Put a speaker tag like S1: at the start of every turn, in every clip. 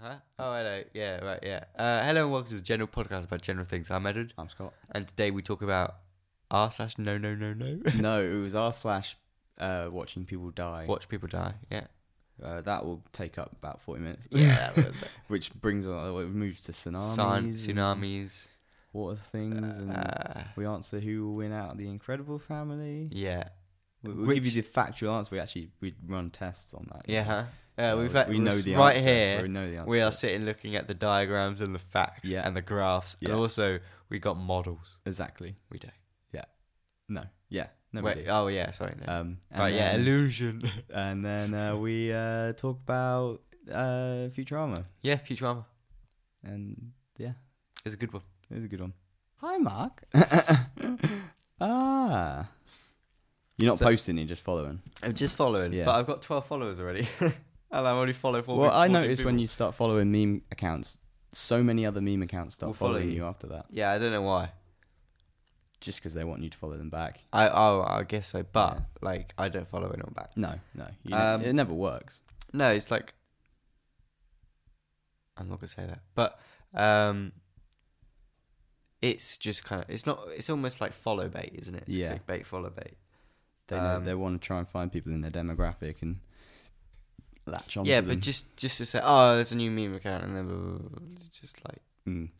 S1: Huh? Oh, hello. Yeah, right, yeah. Uh, hello and welcome to the general podcast about general things. I'm Edward,
S2: I'm Scott.
S1: and today we talk about r slash no no no no.
S2: No, it was r slash uh, watching people die.
S1: Watch people die. Yeah.
S2: Uh, that will take up about forty minutes.
S1: Yeah. that was it.
S2: which brings on it moves to tsunamis,
S1: Sun,
S2: and
S1: tsunamis.
S2: water things, and
S1: Uh,
S2: we answer who will win out of the Incredible Family.
S1: yeah.
S2: We, we'll give
S1: which-
S2: you the factual answer. We actually we run tests on that.
S1: Yeah. Huh? Uh, we've
S2: we know the
S1: right
S2: answer.
S1: here.
S2: We know the answer.
S1: We are sitting looking at the diagrams and the facts
S2: Yeah.
S1: and the graphs,
S2: Yeah.
S1: and also we got models.
S2: exactly.
S1: We do.
S2: No. Yeah. No.
S1: Wait.
S2: we do.
S1: Oh yeah. Sorry. No.
S2: Um, and
S1: right. yeah.
S2: then-
S1: Illusion.
S2: and then uh, we uh, talk about uh, Futurama,
S1: yeah. Futurama
S2: and yeah,
S1: is a good one.
S2: it was a good one. Hi, Mark. ah, you're not
S1: So-
S2: posting; you're just following.
S1: I'm just following.
S2: Yeah.
S1: But I've got 12 followers already. and I only follow four.
S2: well,
S1: peop-
S2: I
S1: 14
S2: noticed when
S1: people.
S2: you start following meme accounts, so many other meme accounts start
S1: Will follow
S2: following
S1: you.
S2: you. after that,
S1: Yeah, I don't know why.
S2: just because they want you to follow them back.
S1: I oh, I guess so. But
S2: Yeah.
S1: like, I don't follow anyone back.
S2: No, no, you ne-
S1: Um,
S2: it never works.
S1: No, it's like I'm not gonna say that, but um, it's just kind of it's not it's almost like follow bait, isn't it? It's
S2: Yeah.
S1: clickbait, follow bait.
S2: They know,
S1: um,
S2: Uh, they want to try and find people in their demographic and latch on.
S1: yeah,
S2: to
S1: but
S2: them.
S1: just just to say, oh, there's a new meme account, and then blah, blah, blah, blah, just like
S2: Mm.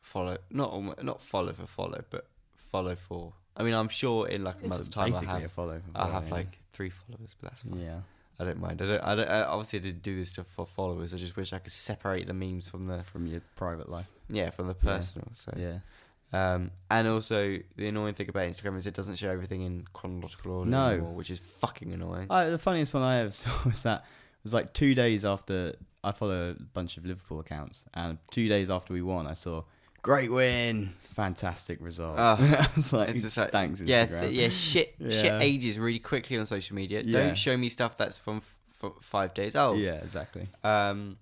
S1: follow, not almo- not follow for follow, but follow for. I mean, I'm sure in like a
S2: It's
S1: month's time, I
S2: basically
S1: have
S2: a follow. for
S1: I have
S2: follow,
S1: like three followers, but that's fine.
S2: yeah.
S1: I don't mind. I don't. I don't. I obviously, I didn't do this stuff for followers. I just wish I could separate the memes from the
S2: from your private life.
S1: yeah from the
S2: Yeah.
S1: personal. So
S2: Yeah.
S1: Um, and also, the annoying thing about Instagram is it doesn't show everything in chronological order
S2: No.
S1: anymore, which is fucking annoying.
S2: I, the funniest one I ever saw was that it was like two days after I follow a bunch of Liverpool accounts, and two days after we won, I saw great win, fantastic result.
S1: Ah,
S2: I was like,
S1: It's just like-
S2: thanks,
S1: yeah,
S2: Instagram.
S1: th- yeah, shit,
S2: Yeah.
S1: shit ages really quickly on social media.
S2: Yeah.
S1: Don't show me stuff that's from f- f- five days Oh, old.
S2: Yeah, exactly.
S1: Um,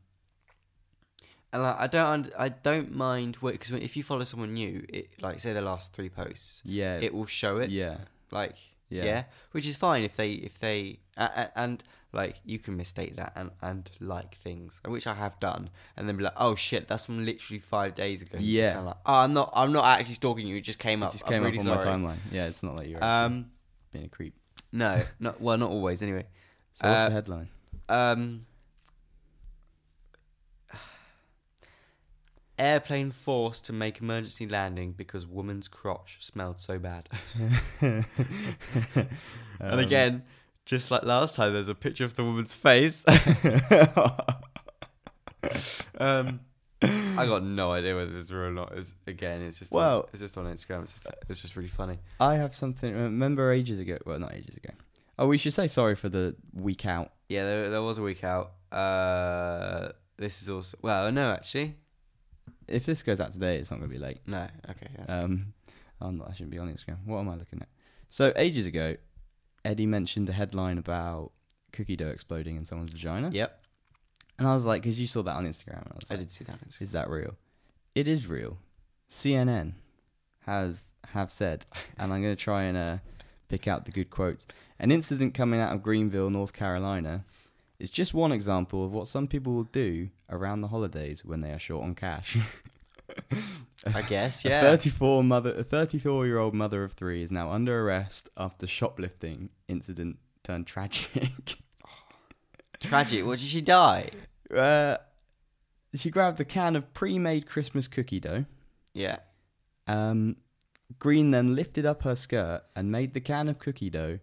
S1: and like, I don't, und- I don't mind because if you follow someone new, it like say the last three posts,
S2: Yeah,
S1: it will show it.
S2: yeah,
S1: like yeah.
S2: Yeah.
S1: which is fine if they if they a a- and like you can mistake that and and like things which i have done and then be like oh shit that's from literally five days ago
S2: Yeah.
S1: Kinda like, oh, i'm not i'm not actually stalking you it just came
S2: it
S1: up
S2: just
S1: I'm
S2: came
S1: really
S2: up on
S1: sorry.
S2: my timeline. Yeah, it's not like you're actually
S1: um
S2: being a creep.
S1: no not well not always anyway
S2: So what's
S1: uh,
S2: the headline?
S1: um airplane forced to make emergency landing because woman's crotch smelled so bad and again, just like last time, there's a picture of the woman's face. um, I got no idea whether this is real or not. It's, again, it's just on,
S2: Well-
S1: it's just on Instagram. It's just it's just really funny.
S2: I have something. Remember ages ago? Well, not ages ago. Oh, we should say sorry for the week out.
S1: Yeah, there, there was a week out. Uh, this is also well, no, actually,
S2: If this goes out today, it's not going to be late.
S1: no. Okay, that's,
S2: Um, I'm not, I shouldn't be on Instagram. What am I looking at? So ages ago, Eddie mentioned a headline about cookie dough exploding in someone's vagina.
S1: yep,
S2: And I was like, because you saw that on Instagram. And I was
S1: I
S2: like,
S1: did see that. on Instagram.
S2: is that real? It is real. CNN has have said, and I'm going to try and uh, pick out the good quotes. An incident coming out of Greenville, North Carolina, is just one example of what some people will do around the holidays when they are short on cash.
S1: I guess,
S2: A
S1: yeah.
S2: 34 mother, a 34 year old mother of three is now under arrest after shoplifting incident turned tragic.
S1: Tragic. What did she die?
S2: uh, she grabbed a can of pre-made Christmas cookie dough.
S1: Yeah.
S2: Um, Green then lifted up her skirt and made the can of cookie dough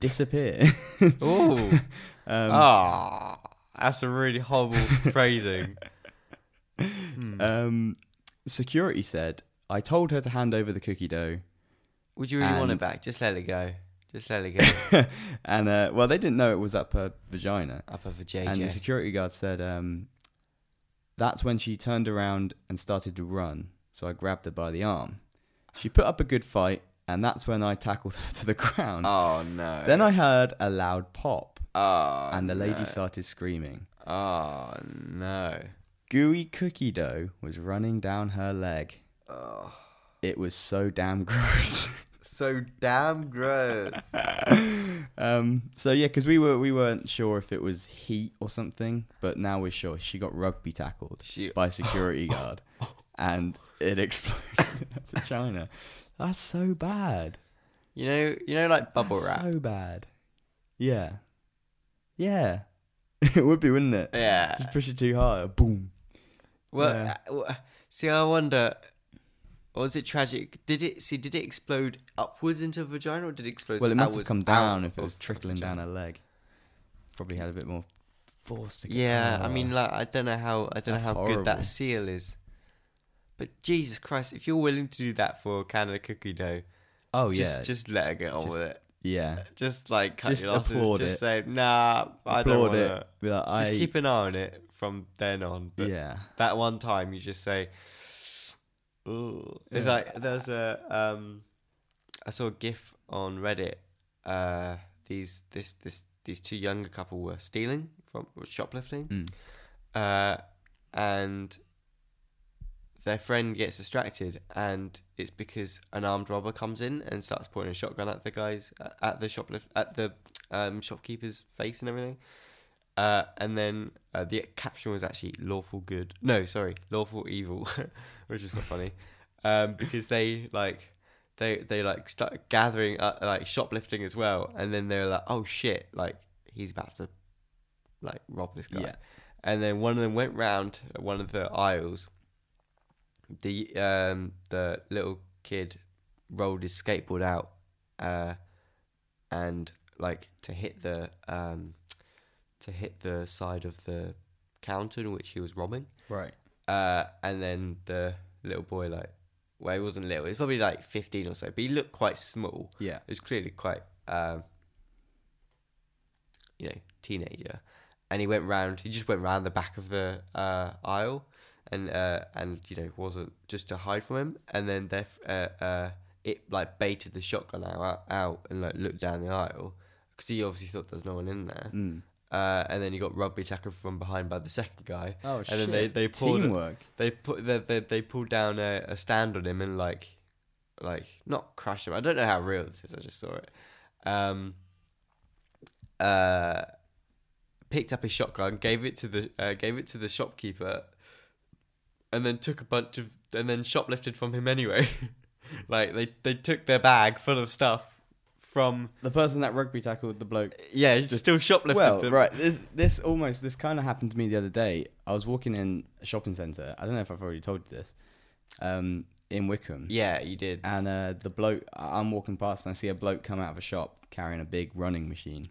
S2: disappear.
S1: Ooh.
S2: um,
S1: Ah, that's a really horrible phrasing.
S2: um, security said, "I told her to hand over the cookie dough."
S1: Would you really want it
S2: And-
S1: back? Just let it go. Just let it go.
S2: and uh, well, they didn't know it was up her vagina.
S1: Up over
S2: And the
S1: JJ.
S2: security guard said, um, that's when she turned around and started to run. So I grabbed her by the arm. She put up a good fight, and that's when I tackled her to the ground.
S1: oh no.
S2: Then I heard a loud pop,
S1: Oh.
S2: and the lady
S1: no.
S2: started screaming.
S1: Oh no.
S2: Gooey cookie dough was running down her leg.
S1: Oh.
S2: It was so damn gross.
S1: So damn gross.
S2: Um, so yeah, because we were we weren't sure if it was heat or something, but now we're sure. She got rugby tackled
S1: She-
S2: by a security guard, and it exploded to China. That's so bad.
S1: You know, you know, like bubble
S2: That's
S1: wrap.
S2: So bad. Yeah. Yeah. it would be, wouldn't it?
S1: yeah.
S2: Just push it too hard. Boom.
S1: Well,
S2: yeah.
S1: uh, w- see, I wonder. Was it tragic? Did it see? Did it explode upwards into a vagina, or did it explode?
S2: Well, it must have
S1: outwards
S2: come
S1: out
S2: down if it
S1: of
S2: was
S1: the
S2: trickling
S1: vagina?
S2: down her leg. Probably had a bit more force to get
S1: Yeah, I
S2: Oh.
S1: mean, like, I don't know how I don't
S2: That's
S1: know how good
S2: horrible.
S1: that seal is. But Jesus Christ, if you're willing to do that for a can of cookie dough,
S2: Oh,
S1: just
S2: yeah.
S1: just let her get on
S2: Just-
S1: with it.
S2: yeah.
S1: Just like cut
S2: just
S1: your losses.
S2: applaud
S1: just
S2: it.
S1: say nah, I don't
S2: Applaud
S1: want
S2: it.
S1: to.
S2: Be like,
S1: Just
S2: I,
S1: keep an eye on it from then on. But
S2: Yeah.
S1: that one time you just say Ooh. It's
S2: Yeah.
S1: like there's a um I saw a gif on Reddit. Uh these this this these two younger couple were stealing from were shoplifting.
S2: Mm.
S1: Uh and their friend gets distracted and it's because an armed robber comes in and starts pointing a shotgun at the guys uh, at the shoplift at the um, shopkeeper's face and everything uh, and then uh, the caption was actually lawful good no sorry lawful evil which is quite funny um, because they like they they like start gathering uh, like shoplifting as well and then they were like oh shit like he's about to like rob this guy
S2: Yeah.
S1: and then one of them went round one of the aisles the um the little kid rolled his skateboard out uh and like to hit the um to hit the side of the counter in which he was robbing
S2: Right.
S1: uh, and then the little boy, like, well, he wasn't little. He was probably like 15 or so, but he looked quite small.
S2: Yeah.
S1: He was clearly quite, um, you know, teenager. And he went round. He just went round the back of the uh, aisle, and uh, and you know wasn't just to hide from him. And then they uh, uh, it like baited the shotgun out, out and like looked down the aisle because he obviously thought there's no one in there.
S2: Mm.
S1: Uh, and then he got rugby tackled from behind by the second guy.
S2: Oh,
S1: and
S2: shit.
S1: then they they pulled
S2: Teamwork.
S1: they put they they, they pulled down a, a stand on him and like like not crashed him. I don't know how real this is. I just saw it. Um. Uh, picked up his shotgun, gave it to the uh, gave it to the shopkeeper, and then took a bunch of and then shoplifted from him anyway. like they they took their bag full of stuff from
S2: The person that rugby tackled the bloke.
S1: yeah he's
S2: Just-
S1: still shoplifted
S2: well,
S1: them.
S2: right. This this almost this kind of happened to me the other day. I was walking in a shopping centre. I don't know if I've already told you this. Um, in Wickham.
S1: yeah you did
S2: And uh, the bloke, I- I'm walking past and I see a bloke come out of a shop carrying a big running machine,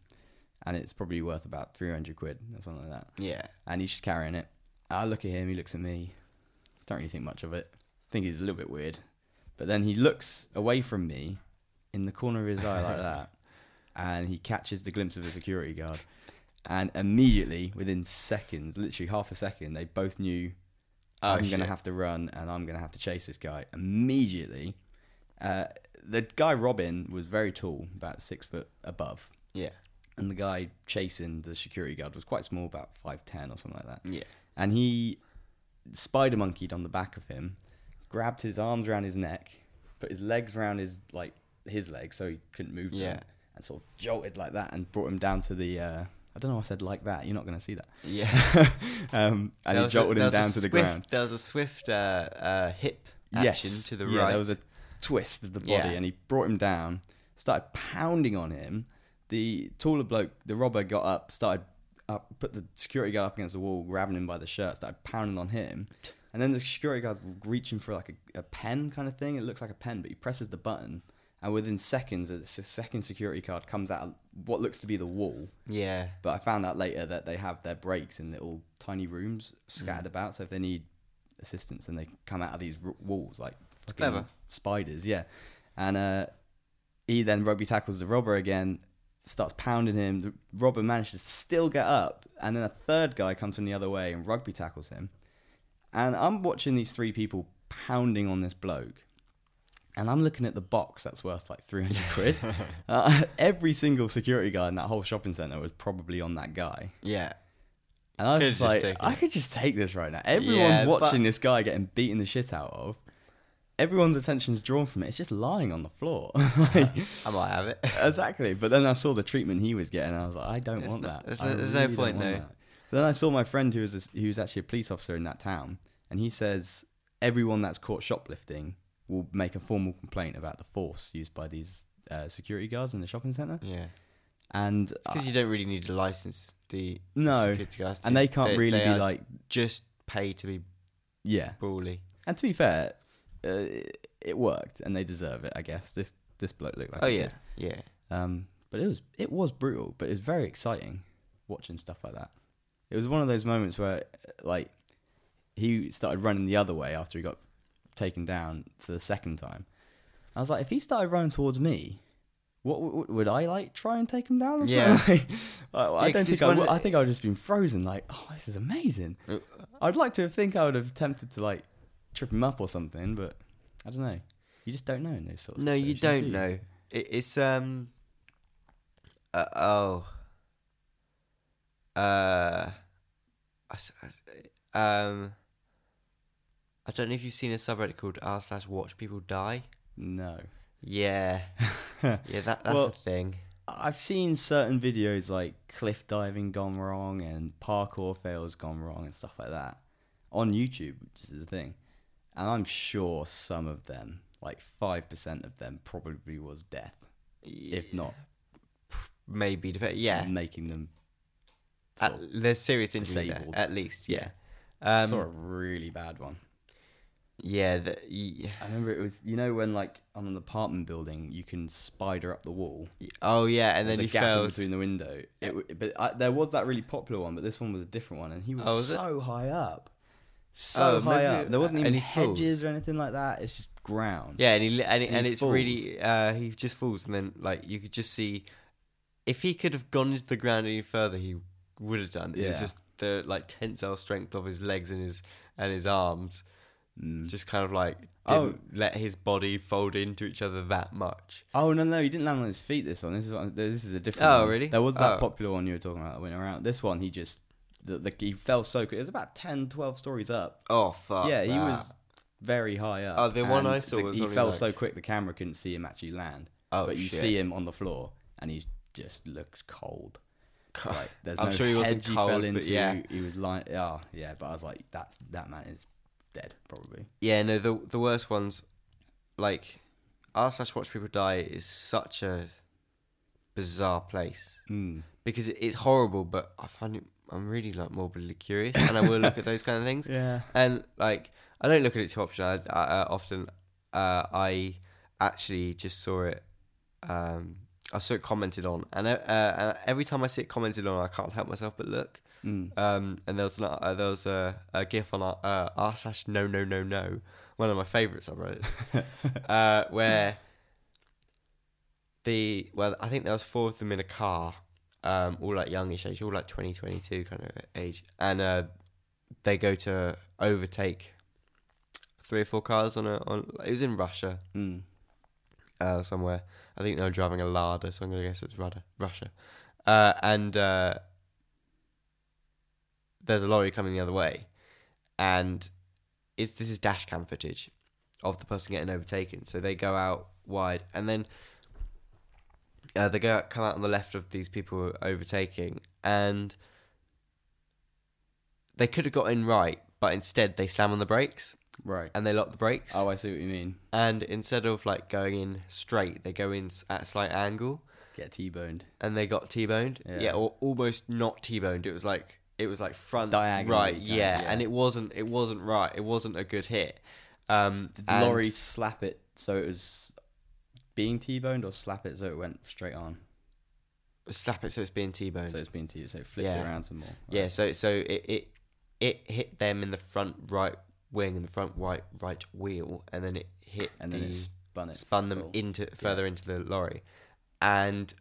S2: and it's probably worth about three hundred quid or something like that.
S1: yeah
S2: And he's just carrying it. I look at him. He looks at me. Don't really think much of it. think he's a little bit weird. But then he looks away from me, in the corner of his eye like that, and he catches the glimpse of a security guard. And immediately, within seconds, literally half a second, they both knew
S1: Oh,
S2: I'm going to
S1: shit.
S2: have to run and I'm going to have to chase this guy. Immediately, uh, the guy Robin was very tall, about six foot above,
S1: yeah
S2: and the guy chasing the security guard was quite small, about five ten or something like that.
S1: yeah
S2: And he spider monkeyed on the back of him, grabbed his arms around his neck, put his legs around his like his legs so he couldn't move. them,
S1: Yeah.
S2: and sort of jolted like that and brought him down to the. Uh, I don't know. why I said like that. You're not going to see that.
S1: yeah.
S2: um, and
S1: There
S2: he
S1: was a-
S2: jolted
S1: there
S2: him
S1: was a
S2: down to the
S1: swift-
S2: ground.
S1: There was a swift uh, uh, hip action to the
S2: yeah,
S1: right.
S2: There was a twist of the body,
S1: Yeah.
S2: and he brought him down, started pounding on him. The taller bloke, the robber, got up, started up, put the security guard up against the wall, grabbing him by the shirt, started pounding on him. And then the security guard's reaching for like a, a pen kind of thing. It looks like a pen, but he presses the button, and within seconds, a s- second security guard comes out of what looks to be the wall.
S1: yeah,
S2: But I found out later that they have their breaks in little tiny rooms scattered about. So if they need assistance, then they come out of these r- walls like fucking
S1: clever.
S2: spiders. Yeah, and uh, he then rugby tackles the robber again, starts pounding him. The robber manages to still get up, and then a third guy comes from the other way and rugby tackles him. And I'm watching these three people pounding on this bloke. And I'm looking at the box that's worth like 300 quid. uh, every single security guard in that whole shopping center was probably on that guy.
S1: yeah.
S2: And I was
S1: Could've
S2: just
S1: just
S2: like,
S1: taken
S2: I
S1: it.
S2: could just take this right now. Everyone's
S1: Yeah,
S2: watching
S1: but-
S2: this guy getting beaten the shit out of. everyone's attention's drawn from it. It's just lying on the floor.
S1: I might have it.
S2: exactly. But then I saw the treatment he was getting, and I was like, I don't
S1: There's
S2: want
S1: no-
S2: that.
S1: there's
S2: I
S1: no- there's no
S2: don't
S1: point,
S2: want
S1: though.
S2: that." But then I saw my friend who was a, who was actually a police officer in that town, and he says everyone that's caught shoplifting will make a formal complaint about the force used by these uh, security guards in the shopping centre.
S1: Yeah,
S2: And
S1: because you don't really need a license. The the
S2: No,
S1: security guards
S2: and
S1: do.
S2: they can't really
S1: they
S2: be
S1: are
S2: like,
S1: just paid to be
S2: yeah.
S1: brawly.
S2: And to be fair, uh, it, it worked, and they deserve it, I guess. This this bloke looked like.
S1: oh
S2: he
S1: yeah,
S2: did.
S1: yeah.
S2: Um, but it was it was brutal, but it was very exciting watching stuff like that. It was one of those moments where like he started running the other way after he got taken down for the second time. I was like, if he started running towards me, what w- w- would I like try and take him down? Or
S1: Yeah.
S2: something? I, I
S1: Yeah, 'cause
S2: don't
S1: it's
S2: think I
S1: one of
S2: would.
S1: the-
S2: I think I would have just been frozen. Like, oh, this is amazing.
S1: Uh,
S2: I'd like to have think I would have attempted to like trip him up or something, but I don't know. You just don't know in those sorts. of
S1: No, you
S2: situations, do
S1: don't know. It, it's um. Uh, oh. Uh. I s- um. I don't know if you've seen a subreddit called r slash watch people die.
S2: No.
S1: Yeah, yeah, that that's
S2: Well-
S1: a thing.
S2: I've seen certain videos like cliff diving gone wrong and parkour fails gone wrong and stuff like that on YouTube, which is the thing. And I'm sure some of them, like 5% of them, probably was death, if not
S1: Maybe, dep- yeah.
S2: making them.
S1: At,
S2: Mm, sort of-
S1: there's serious injury there,
S2: disabled.
S1: at least.
S2: yeah.
S1: Yeah. Um,
S2: I saw a really bad one.
S1: Yeah. The, y-
S2: I remember it was, you know, when like on an apartment building, you can spider up the wall.
S1: oh yeah, and
S2: There's
S1: then
S2: a
S1: he
S2: gap in
S1: fails.
S2: between the window. It, w- but I, there was that really popular one, but this one was a different one, and he was,
S1: Oh, was it?
S2: so high up, so
S1: Oh,
S2: high
S1: maybe-
S2: up. There wasn't even
S1: and he falls.
S2: hedges or anything like that. It's just ground.
S1: Yeah, and he li- and, he,
S2: And
S1: and,
S2: he
S1: it's really uh, he just falls, and then like you could just see if he could have gone into the ground any further, he would have done. It's
S2: Yeah.
S1: just the like tensile strength of his legs and his and his arms
S2: Mm.
S1: just kind of like didn't
S2: Oh.
S1: let his body fold into each other that much.
S2: Oh no, no, he didn't land on his feet. This one. This is what, this is a different.
S1: Oh,
S2: one.
S1: really?
S2: There was
S1: Oh.
S2: that popular one you were talking about that went around. This one, he just the, the, he fell so quick. It was about 10, 12 stories up.
S1: Oh fuck!
S2: yeah, he
S1: that.
S2: was very high up.
S1: Oh, the one
S2: and
S1: I saw
S2: the-
S1: was
S2: he
S1: only,
S2: fell
S1: like-
S2: so quick the camera couldn't see him actually land.
S1: Oh,
S2: but you
S1: shit.
S2: see him on the floor, and he just looks cold.
S1: God.
S2: Like, there's
S1: I'm
S2: no
S1: sure he wasn't
S2: hedge he
S1: cold,
S2: fell
S1: but
S2: into.
S1: yeah.
S2: He was lying. Oh, yeah. But I was like, that's that man is dead probably.
S1: Yeah, no, the the worst ones, like r slash watch people die is such a bizarre place
S2: Mm.
S1: because it, it's horrible, but I find it. I'm really like morbidly curious, and I will look at those kind of things.
S2: Yeah.
S1: And like, I don't look at it too often. I, I uh, often, uh, I actually just saw it. Um, I saw it commented on, and uh, uh, every time I see it commented on, I can't help myself but look.
S2: Mm.
S1: Um, and there was an, uh, there was a, a GIF on our, uh, r slash no no no no, one of my favourite subreddits, uh, where the well I think there was four of them in a car, um, all like youngish age, all like 20, 22 kind of age, and uh, they go to overtake three or four cars on a on it was in Russia
S2: Mm.
S1: uh, somewhere. I think they were driving a larder, so I'm gonna guess it's Rudder, Russia. Uh, and uh, there's a lorry coming the other way, and is this is dash cam footage of the person getting overtaken. So they go out wide, and then uh, they go out, come out on the left of these people who are overtaking, and they could have got in right, but instead they slam on the brakes
S2: Right.
S1: and they lock the brakes
S2: Oh, I see what you mean.
S1: and instead of like going in straight, they go in s- at a slight angle,
S2: Get t-boned.
S1: and they got t-boned.
S2: Yeah.
S1: Yeah, or almost not t-boned. It was like it was like front
S2: Diagonally
S1: right,
S2: kind of,
S1: yeah,
S2: yeah.
S1: and it wasn't it wasn't right. It wasn't a good hit. Um,
S2: Did
S1: and-
S2: Laurie slap it so it was being t-boned, or slap it so it went straight on?
S1: slap it so it's being t-boned.
S2: So it's being t. So it flipped it
S1: Yeah.
S2: around some more.
S1: yeah, so so it, it it hit them in the front right wing and the front right right wheel, and then it hit
S2: And then
S1: the,
S2: it spun it.
S1: spun them
S2: full.
S1: into further into the lorry, and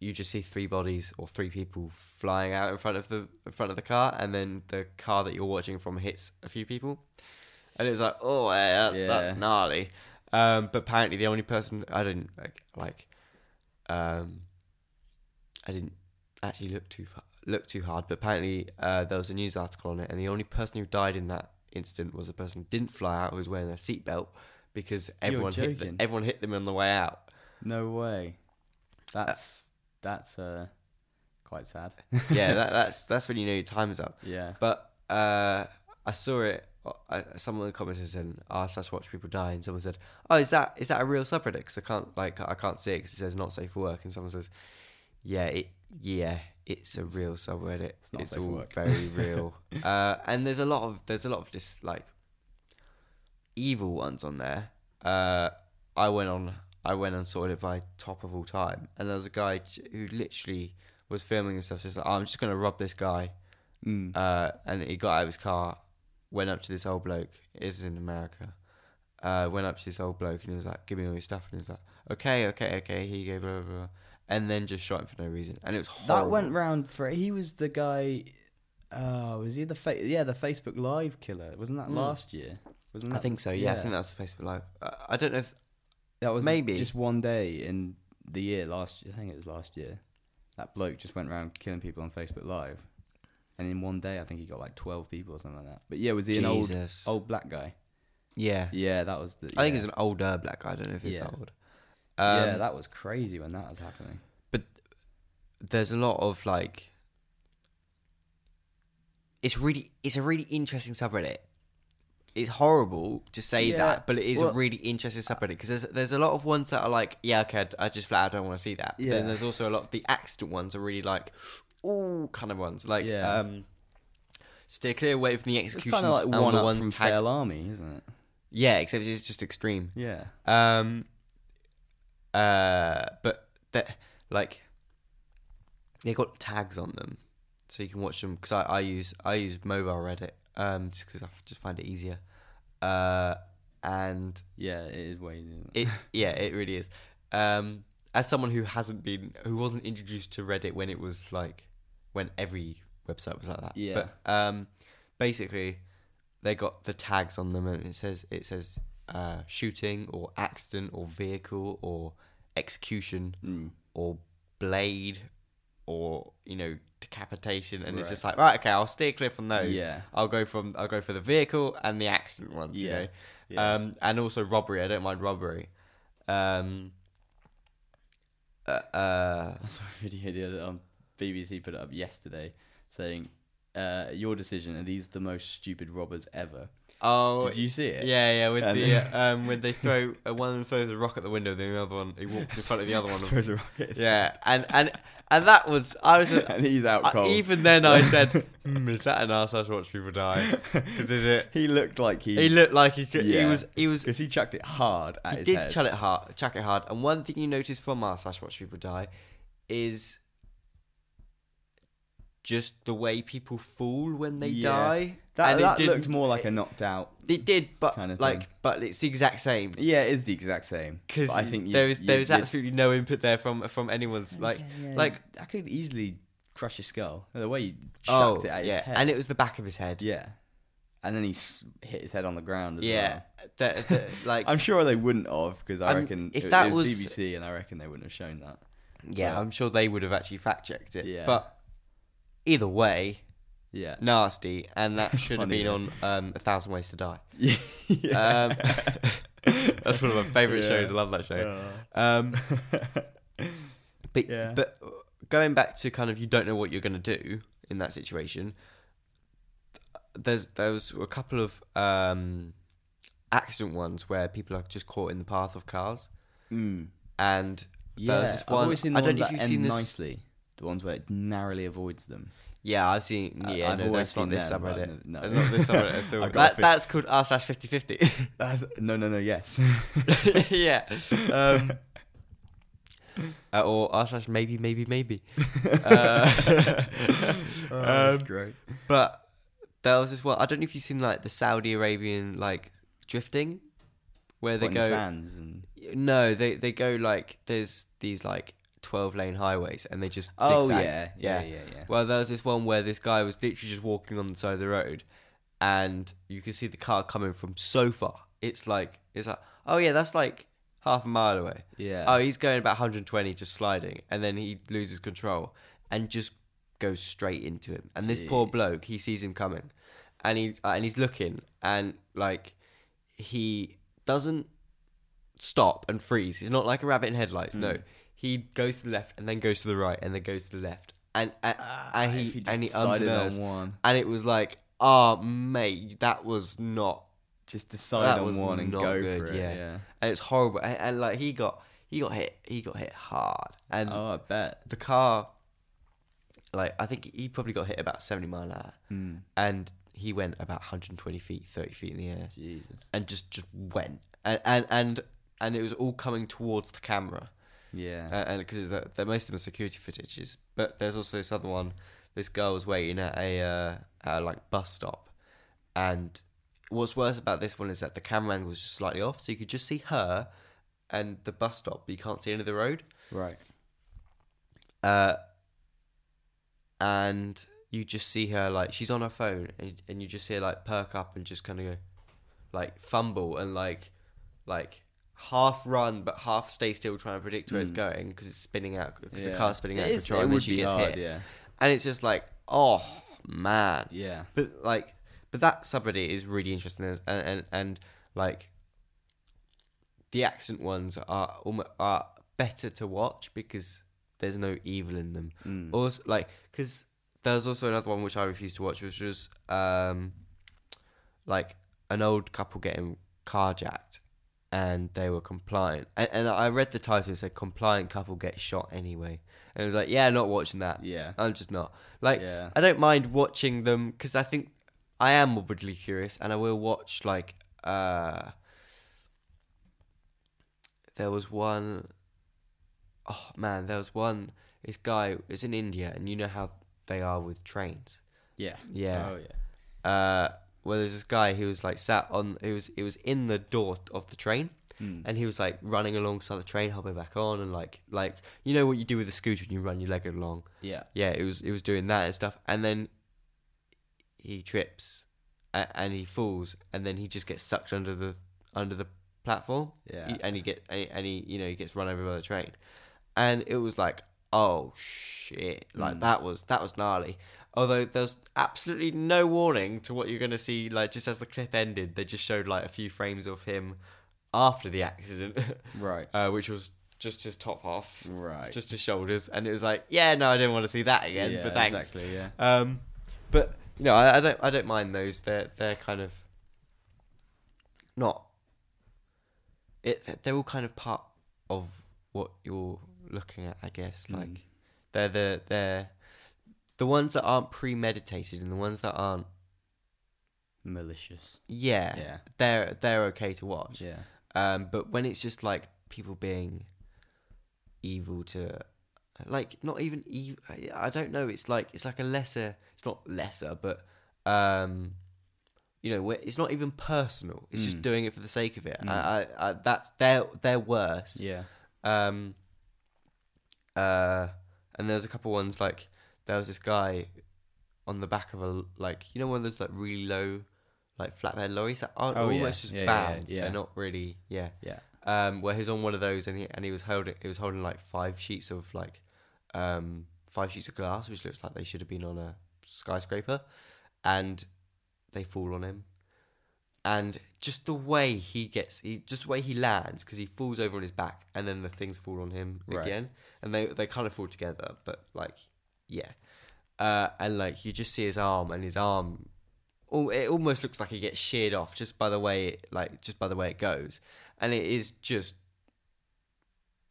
S1: you just see three bodies or three people flying out in front of the in front of the car, and then the car that you're watching from hits a few people, and it's like, oh, yeah, that's
S2: Yeah.
S1: that's gnarly. Um, but apparently, the only person I didn't like, like, um, I didn't actually look too far, look too hard, but apparently uh, there was a news article on it, and the only person who died in that incident was a person who didn't fly out who was wearing their seatbelt because everyone hit the,
S2: joking.
S1: everyone hit them on the way out.
S2: No way. Uh, That's that's uh quite sad.
S1: Yeah, that, that's that's when you know your time is up.
S2: yeah.
S1: But uh, I saw it. I, someone in the comments had said, "Ah, slash watch people die," and someone said, "Oh, is that is that a real subreddit? Because I can't like I can't see it because it says not safe for work." And someone says, "Yeah, it yeah." It's a real subreddit. It's,
S2: not safe for
S1: all
S2: work.
S1: very real, uh, and there's a lot of there's a lot of just like evil ones on there. Uh, I went on I went and sorted it by top of all time, and there was a guy j- who literally was filming himself just like "Oh, I'm just gonna rob this guy,
S2: Mm.
S1: uh, and he got out of his car, went up to this old bloke. This is in America. Uh, went up to this old bloke and he was like, "Give me all your stuff," and he was like, "Okay, okay, okay." He gave blah blah, blah. and then just shot him for no reason, and it was horrible.
S2: That went round for he was the guy oh, was he the fa- yeah, the Facebook Live killer. Wasn't that
S1: Mm.
S2: last year? Wasn't
S1: I
S2: that
S1: think so. Yeah, I
S2: yeah.
S1: think that's the Facebook Live. Uh, I don't know if
S2: that was
S1: maybe.
S2: just one day in the year last I think it was last year. That bloke just went around killing people on Facebook Live. And in one day I think he got like twelve people or something like that. But yeah, was he an old
S1: Jesus.
S2: old black guy?
S1: yeah.
S2: Yeah, that was the
S1: I think
S2: yeah.
S1: it's an older black guy. I don't know if he's
S2: Yeah.
S1: that old. Um,
S2: yeah, that was crazy when that was happening.
S1: there's a lot of like. It's really, it's a really interesting subreddit. It's horrible to say
S2: Yeah,
S1: that, but it is
S2: well-
S1: a really interesting subreddit because there's there's a lot of ones that are like, yeah, okay, I- I just flat out don't want to see that. But
S2: Yeah.
S1: Then there's also a lot of the accident ones are really like, ooh, kind of ones like,
S2: Yeah.
S1: um, steer clear away from the
S2: It's
S1: executions
S2: kind of like
S1: and
S2: one
S1: the
S2: up
S1: ones
S2: from
S1: tagged.
S2: Fail Army, isn't it?
S1: Yeah, except it's just extreme.
S2: Yeah.
S1: Um, uh, but that like they got tags on them, so you can watch them. Because I, I use I use mobile Reddit, um, just because I f- just find it easier. Uh, and
S2: Yeah, it is way easier. than that.
S1: it yeah, it really is. Um, as someone who hasn't been who wasn't introduced to Reddit when it was like when every website was like that.
S2: Yeah.
S1: But um, basically, they got the tags on them, and it says it says uh, shooting or accident or vehicle or execution
S2: Mm.
S1: or blade or you know decapitation, and it's
S2: Right.
S1: just like right, okay, I'll steer clear from those.
S2: Yeah.
S1: I'll go from I'll go for the vehicle and the accident ones. You
S2: Yeah.
S1: know?
S2: Yeah.
S1: Um, and also robbery. I don't mind robbery. Um, uh, uh,
S2: That's a really idiot. that, Um, BBC put it up yesterday saying, uh, "Your decision. Are these the most stupid robbers ever?"
S1: oh,
S2: Did you see it?
S1: yeah, yeah. With
S2: And-
S1: the uh, um, when they throw uh, one of them throws a rock at the window, then the other one he walks in front of the other one.
S2: Throws a rocket.
S1: yeah, and and and that was I was
S2: and he's out
S1: I-
S2: cold.
S1: even then I said, hmm, is that an ass I should watch people die? Is it? it?
S2: he looked like he
S1: He looked like he could. He
S2: Yeah.
S1: was. He was.
S2: because he chucked it hard at
S1: he
S2: his
S1: did
S2: head.
S1: chuck it hard. Chuck it hard. And one thing you notice from our slash watch people die is just the way people fall when they
S2: Yeah.
S1: die.
S2: that
S1: And it
S2: that
S1: didn't-
S2: looked more like a knocked out.
S1: It did, but
S2: kind of
S1: like,
S2: thing.
S1: but it's the exact same
S2: Yeah, it is the exact same. But
S1: because
S2: I think you,
S1: there is
S2: you-
S1: there is
S2: you'd-
S1: absolutely no input there from from anyone's like
S2: Yeah,
S1: like
S2: I could easily crush your skull. The way you chucked
S1: oh
S2: it at
S1: yeah,
S2: his head.
S1: and it was the back of his head.
S2: yeah. And then he s- hit his head on the ground. As
S1: Yeah,
S2: well.
S1: that- that- like
S2: I'm sure they wouldn't have because I
S1: I'm-
S2: reckon
S1: if
S2: it-
S1: that
S2: it was,
S1: was-
S2: BBC and I reckon they wouldn't have shown that.
S1: yeah,
S2: Yeah.
S1: I'm sure they would have actually fact checked it.
S2: Yeah.
S1: But either way,
S2: Yeah.
S1: nasty, and that should have
S2: Funny,
S1: been on um, a thousand ways to die.
S2: yeah.
S1: Um, that's one of my favourite
S2: Yeah. Uh,
S1: shows. I love that show. Um, but
S2: Yeah.
S1: but going back to kind of you don't know what you're going to do in that situation. There's there was a couple of um, accident ones where people are just caught in the path of cars,
S2: Mm.
S1: and
S2: Yeah.
S1: Hmm. there's this
S2: I've
S1: one.
S2: always seen the
S1: I don't
S2: ones
S1: know
S2: that
S1: if you've
S2: end
S1: seen this.
S2: nicely. The ones where it narrowly avoids them.
S1: Yeah, I've seen.
S2: I-
S1: Yeah,
S2: I've
S1: no,
S2: always
S1: that's not
S2: seen
S1: this
S2: them, but I've
S1: subreddit.
S2: never- no.
S1: Not this subreddit at all.
S2: I've got a
S1: That,
S2: fi-
S1: that's called r slash fifty fifty.
S2: That's, no, no, no. Yes.
S1: Oh, yeah. Um, uh, or r slash maybe maybe maybe. Uh, um,
S2: great.
S1: but there was this one. I don't know if you've seen like the Saudi Arabian like drifting, where they
S2: What, in
S1: go.
S2: the sands and
S1: No, they they go like there's these like twelve lane highways, and they just
S2: oh
S1: zigzag.
S2: yeah, yeah, yeah, yeah.
S1: Well, there was this one where this guy was literally just walking on the side of the road, and you could see the car coming from so far. It's like it's like oh yeah, that's like half a mile away.
S2: Yeah.
S1: Oh, he's going about 120, just sliding, and then he loses control and just goes straight into him. And this poor
S2: Jeez.
S1: bloke, he sees him coming, and he uh, and he's looking, and like he doesn't stop and freeze. He's not like a rabbit in headlights. No,
S2: Mm.
S1: he goes to the left and then goes to the right and then goes to the left, and and,
S2: Ah,
S1: and he, and he ums and ahs.
S2: on one.
S1: and it was like, ah, mate, that was not.
S2: Just
S1: That
S2: decide
S1: was
S2: on one and
S1: not
S2: go
S1: good,
S2: for it.
S1: yeah.
S2: Yeah.
S1: And it's horrible. And, and like he got he got hit he got hit hard, and
S2: Oh, I bet.
S1: the car, like I think he probably got hit about seventy mile an hour,
S2: Mm.
S1: and he went about 120 feet, 30 feet in the air,
S2: Jesus.
S1: and just just went, and and and, and it was all coming towards the camera,
S2: Yeah.
S1: Uh, and because the, the most of the security footages, but there's also this other one. This girl was waiting at a uh, at a, like bus stop, and what's worse about this one is that the camera angle was just slightly off, so you could just see her and the bus stop, but you can't see any of the road.
S2: right.
S1: Uh, and you just see her like she's on her phone, and, and you just see her like perk up and just kind of go, like fumble and like, like half run but half stay still, trying to predict where it's
S2: Mm.
S1: going because it's spinning out because the
S2: Yeah.
S1: car's spinning
S2: It
S1: out of
S2: is-
S1: control,
S2: It
S1: and then
S2: would
S1: she
S2: be
S1: gets
S2: hard,
S1: hit,
S2: yeah.
S1: and it's just like, oh man,
S2: Yeah.
S1: but like, but that subreddit is really interesting, and and, and, and like, the accent ones are almost are better to watch because there's no evil in them.
S2: Mm.
S1: Also, like, because there's also another one which I refused to watch, which was um, like an old couple getting carjacked, and they were compliant. And, and I read the title; it said "compliant couple get shot anyway," and it was like, yeah, not watching that.
S2: Yeah.
S1: I'm just not like.
S2: yeah.
S1: I don't mind watching them because I think I am morbidly curious, and I will watch like uh. There was one oh man, there was one. This guy is in India, and you know how they are with trains.
S2: Yeah.
S1: Yeah.
S2: Oh yeah.
S1: Uh, well, there's this guy who was like sat on. It was it was in the door of the train,
S2: Mm.
S1: and he was like running alongside the train, hopping back on, and like like you know what you do with a scooter when you run your leg along
S2: Yeah.
S1: yeah, it was it was doing that and stuff, and then he trips and, and he falls, and then he just gets sucked under the under the platform,
S2: Yeah.
S1: He- and he get and he- and he you know he gets run over by the train, and it was like oh shit, like
S2: Mm.
S1: that was that was gnarly. Although there's absolutely no warning to what you're gonna see, like just as the clip ended, they just showed like a few frames of him after the accident,
S2: Right.
S1: uh, which was just his top half
S2: Right.
S1: just his shoulders, and it was like, yeah, no, I didn't want to see that again.
S2: yeah,
S1: but thanks.
S2: Exactly. Yeah.
S1: Um, but you know, I, I don't, I don't mind those. They're they're kind of not. It they're all kind of part of what you're looking at, I guess. Like
S2: Mm.
S1: they're the they're the ones that aren't premeditated and the ones that aren't.
S2: malicious.
S1: Yeah,
S2: Yeah.
S1: they're they're okay to watch.
S2: Yeah.
S1: Um, but when it's just like people being evil to, like not even evil. I, I don't know. It's like it's like a lesser. It's not lesser, but um, you know, where- it's not even personal. It's just
S2: Mm.
S1: doing it for the sake of it.
S2: Mm.
S1: I, I, I, that's they're they're worse.
S2: Yeah.
S1: Um, uh, and there's a couple ones like there was this guy on the back of a like you know one of those like really low like flatbed lorries that aren't
S2: Oh, yeah.
S1: almost just
S2: Yeah, yeah,
S1: banned.
S2: yeah.
S1: They're not really yeah.
S2: Yeah.
S1: Um, where he was on one of those and he and he was holding he was holding like five sheets of like um five sheets of glass which looks like they should have been on a skyscraper and they fall on him and just the way he gets he just the way he lands because he falls over on his back and then the things fall on him
S2: Right.
S1: again and they they kind of fall together but like yeah uh and like you just see his arm and his arm oh it almost looks like he gets sheared off just by the way it, like just by the way it goes and it is just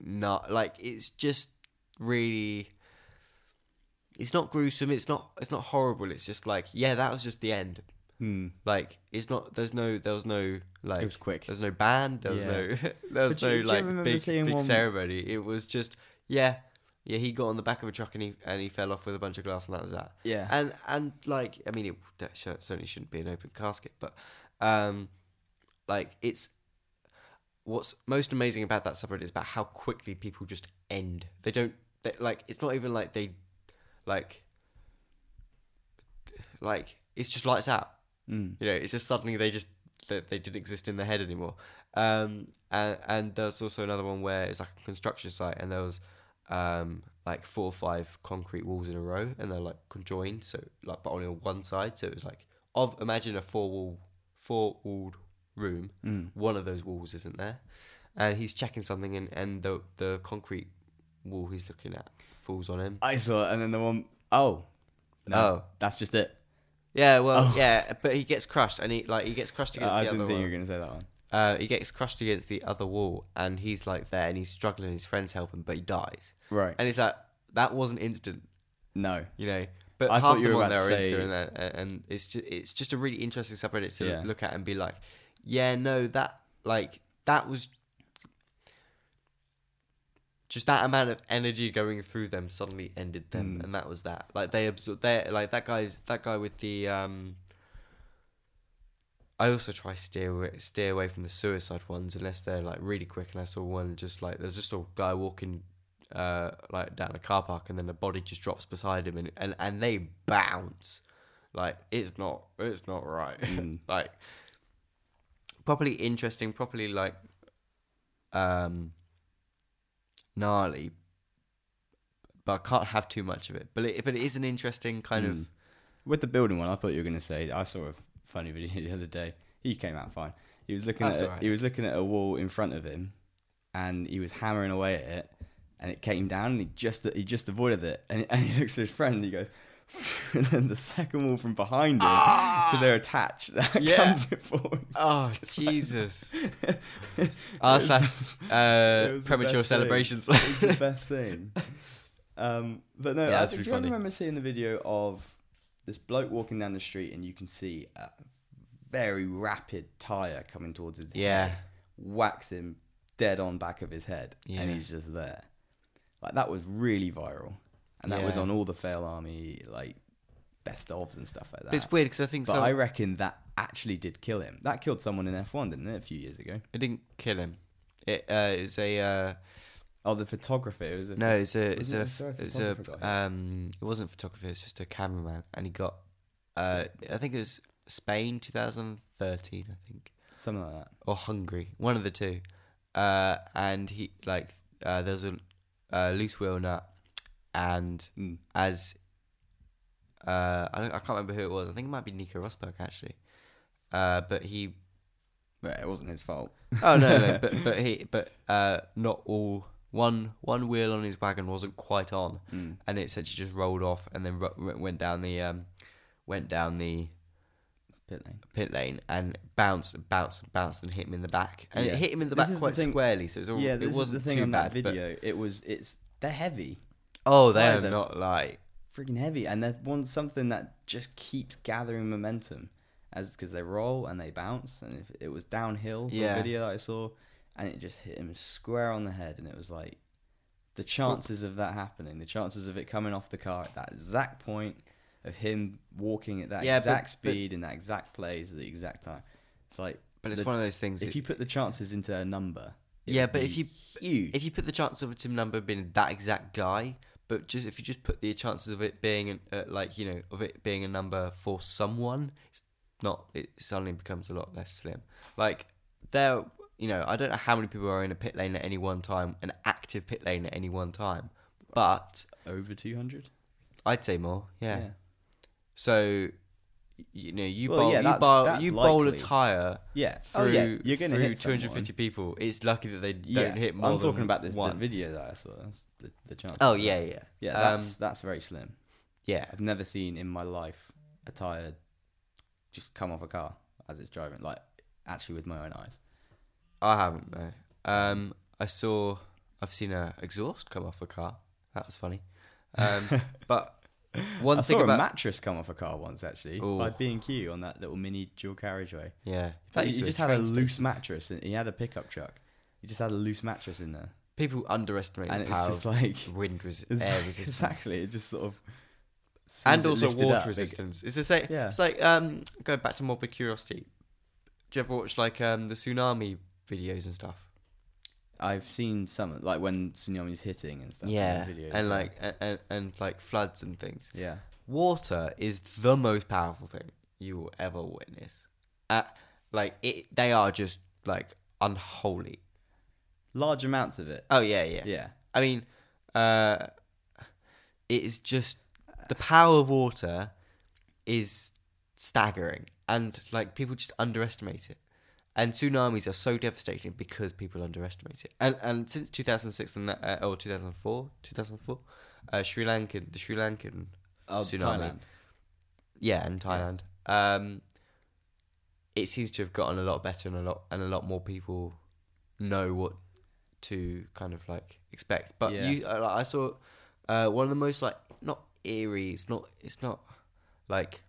S1: not like it's just really it's not gruesome it's not it's not horrible it's just like yeah that was just the end
S2: Hmm.
S1: like it's not there's no there was no like
S2: It was quick.
S1: there's no band there was
S2: Yeah.
S1: no there was
S2: But do you- do you
S1: no
S2: remember
S1: like big
S2: seeing
S1: big
S2: one-
S1: ceremony it was just yeah yeah he got on the back of a truck and he and he fell off with a bunch of glass and that was that
S2: yeah.
S1: and and like I mean it that sh- certainly shouldn't be an open casket but um like it's what's most amazing about that subreddit is about how quickly people just end they don't they, like it's not even like they like like it's just lights out
S2: Mm.
S1: you know it's just suddenly they just they, they didn't exist in their head anymore um and, and there's also another one where it's like a construction site and there was um like four or five concrete walls in a row and they're like conjoined so like but only on one side so it was like of imagine a four wall four walled room
S2: Mm.
S1: one of those walls isn't there and he's checking something, and, and the the concrete wall he's looking at falls on him.
S2: I saw it, and then the one oh no,
S1: Oh.
S2: that's just it.
S1: Yeah, well,
S2: Oh.
S1: yeah, but he gets crushed, and he like he gets crushed against
S2: I
S1: the other
S2: didn't think you
S1: wall.
S2: were gonna say that one.
S1: Uh, he gets crushed against the other wall, and he's like there, and he's struggling. His friends help him, but he dies,
S2: Right?
S1: and it's like that wasn't instant,
S2: no.
S1: you know. But
S2: I
S1: half
S2: thought
S1: of
S2: you
S1: them
S2: were
S1: on there
S2: about
S1: are
S2: to
S1: instant,
S2: say-
S1: and, that- and it's just it's just a really interesting subreddit to
S2: Yeah.
S1: look at and be like, yeah, no, that like that was just that amount of energy going through them suddenly ended them,
S2: Mm.
S1: and that was that. Like they absorbed, they like that guy's that guy with the um. I also try steer away, steer away from the suicide ones unless they're like really quick. And I saw one just like there's just a guy walking uh, like down a car park, and then the body just drops beside him, and and, and they bounce. Like it's not it's not right.
S2: Mm.
S1: like properly interesting, properly like um gnarly. But I can't have too much of it. But it but it is an interesting kind
S2: Mm.
S1: of
S2: With the building one, I thought you were gonna say. I saw a funny video the other day. He came out fine. He was looking
S1: That's
S2: at a-
S1: alright.
S2: he was looking at a wall in front of him, and he was hammering away at it, and it came down, and he just he just avoided it, and, and he looks at his friend, and he goes. and then the second wall from behind him, because they're attached, that
S1: Ah! Yeah.
S2: comes forward.
S1: Oh
S2: like-
S1: Jesus! R slash
S2: It
S1: uh,
S2: was the
S1: premature
S2: best thing.
S1: celebrations.
S2: It's the best thing. Um, but no,
S1: Yeah,
S2: I
S1: that's
S2: do
S1: pretty
S2: you
S1: funny.
S2: remember seeing the video of this bloke walking down the street and you can see a very rapid tire coming towards his
S1: Yeah.
S2: head, whacks him dead on back of his head, and
S1: Yeah.
S2: he's just there. Like that was really viral, and that was
S1: Yeah.
S2: on all the fail army like best ofs and stuff like that.
S1: But it's weird because I think
S2: but
S1: so.
S2: I
S1: I...
S2: reckon that actually did kill him. That killed someone in F1, didn't it, a few years ago?
S1: It didn't kill him. It uh, it was a uh,
S2: Oh, the photographer. It was a
S1: no. It's a it's
S2: Was
S1: a
S2: it-
S1: f-
S2: sorry,
S1: it was a
S2: photographer guy?
S1: um. It wasn't a photographer. It's just a cameraman, and he got. Uh, I think it was Spain, 2013. I think.
S2: something like that.
S1: or Hungary, one of the two. Uh, and he like uh, there's a uh, loose wheel nut, and
S2: Mm.
S1: as uh, I don't, I can't remember who it was. I think it might be Nico Rosberg actually. Uh, but he
S2: But it wasn't his fault.
S1: oh no, no but but he but uh, not all one one wheel on his wagon wasn't quite on,
S2: Mm.
S1: and it essentially just rolled off and then ro- went down the um, went down the
S2: Pit lane.
S1: pit lane and bounced, bounced, bounced, and hit him in the back. And
S2: Yeah.
S1: it hit him in the
S2: This
S1: back
S2: is the
S1: quite
S2: thing-
S1: squarely, so it was all,
S2: yeah,
S1: it
S2: this was the
S1: wasn't
S2: thing
S1: too
S2: on
S1: bad.
S2: that
S1: but-
S2: video. It was it's they're heavy,
S1: oh, they
S2: Tyres
S1: are
S2: are-
S1: not like
S2: freaking heavy, and they're one something that just keeps gathering momentum, as because they roll and they bounce, and if it was downhill.
S1: Yeah.
S2: The video that I saw, and it just hit him square on the head, and it was like. The chances of that happening, the chances of it coming off the car at that exact point, of him walking at that
S1: Yeah, but-
S2: exact
S1: but-
S2: speed in that exact place at the exact time, it's like
S1: But it's
S2: the-
S1: one of those things.
S2: if
S1: that-
S2: you put the chances into a number, it
S1: Yeah,
S2: would
S1: but if
S2: be
S1: you-
S2: huge,
S1: if you put the chances of a team number being that exact guy, but just if you just put the chances of it being an, uh, like you know of it being a number for someone, it's not. It suddenly becomes a lot less slim. Like there, you know, I don't know how many people are in a pit lane at any one time, an active pit lane at any one time, but
S2: over two hundred.
S1: I'd say more. yeah. So y- you know, you
S2: Well,
S1: bowl,
S2: yeah,
S1: you,
S2: that's-
S1: bowl
S2: that's
S1: you bowl a
S2: likely.
S1: tire
S2: yeah.
S1: through
S2: oh yeah, you're gonna
S1: through
S2: hit
S1: 250
S2: someone.
S1: people. It's lucky that they
S2: Yeah,
S1: don't hit more.
S2: I'm talking
S1: than
S2: about this the
S1: one.
S2: video that I saw. That's the, the chance.
S1: Oh
S2: of that.
S1: yeah, yeah,
S2: yeah.
S1: um,
S2: That's that's very slim.
S1: yeah.
S2: I've never seen in my life a tire just come off a car as it's driving, like actually with my own eyes.
S1: I haven't no. Um, I saw. I've seen a exhaust come off a car. That was funny. Um, but one
S2: I
S1: thing
S2: saw
S1: about
S2: a mattress come off a car once actually
S1: Ooh.
S2: by B and Q on that little mini dual carriageway.
S1: yeah, that
S2: But he
S1: used to
S2: he
S1: be
S2: just had a
S1: train
S2: loose
S1: station.
S2: mattress, and he had a pickup truck. He just had a loose mattress in there,
S1: People underestimate
S2: and
S1: the
S2: it
S1: power
S2: was just like
S1: of wind res-
S2: It's
S1: air
S2: like-
S1: resistance.
S2: Exactly. It just sort of. as soon as
S1: and
S2: it
S1: also
S2: lifted
S1: water
S2: up, it-
S1: resistance. It's the same.
S2: Yeah.
S1: It's like um, going back to morbid curiosity. Do you ever watch like um the tsunami videos and stuff?
S2: I've seen some like when tsunamis hitting and stuff. in the videos,
S1: and like and, and, and like floods and things.
S2: Yeah.
S1: Water is the most powerful thing you will ever witness. Uh, like it, they are just like unholy.
S2: Large amounts of it.
S1: Oh yeah, yeah.
S2: Yeah.
S1: I mean, uh, it is just the power of water is staggering, and like people just underestimate it. And tsunamis are so devastating because people underestimate it. And and since 2006 and that, uh, or 2004, 2004, uh, Sri Lankan, the Sri Lankan,
S2: Oh,
S1: Tsunami.
S2: Thailand.
S1: yeah, and Thailand, um, it seems to have gotten a lot better and a lot and a lot more people know what to kind of like expect. But
S2: Yeah.
S1: you, uh, like, I saw uh, one of the most like not eerie. It's not. It's not like.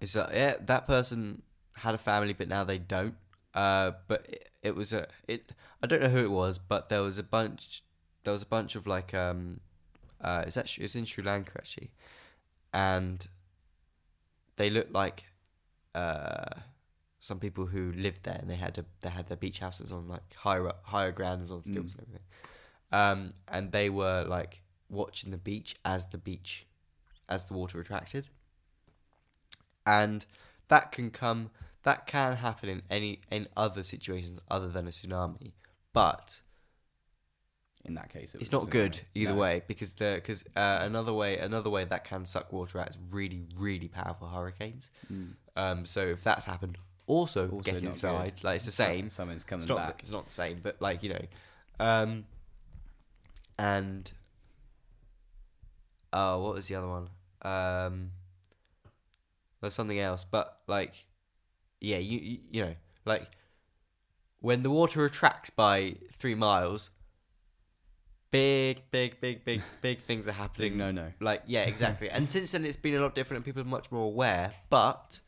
S1: It's like yeah, that person had a family, but now they don't. Uh, but it, it was a it. I don't know who it was, but there was a bunch. There was a bunch of like um, uh, it's actually it's in Sri Lanka actually, and they looked like uh, some people who lived there, and they had a, they had their beach houses on like higher up, higher grounds on stilts and everything, um, and they were like watching the beach as the beach, as the water attracted, and that can come that can happen in any in other situations other than a tsunami, but
S2: In that case, it was
S1: it's not
S2: a
S1: good
S2: tsunami.
S1: either
S2: No.
S1: way because the because uh, another way another way that can suck water out is really really powerful hurricanes.
S2: Mm.
S1: Um, so if that's happened, also,
S2: Also
S1: get
S2: not
S1: inside.
S2: good.
S1: Like it's the same.
S2: Someone's coming
S1: It's not
S2: back.
S1: it's not the same, but like you know, um, and oh, what was the other one? Um, there's something else, but like, yeah, you you, you know, like when the water retracts by three miles. Big, big, big, big, big things are happening
S2: No, no.
S1: like, yeah, exactly. and since then, it's been a lot different, and people are much more aware. But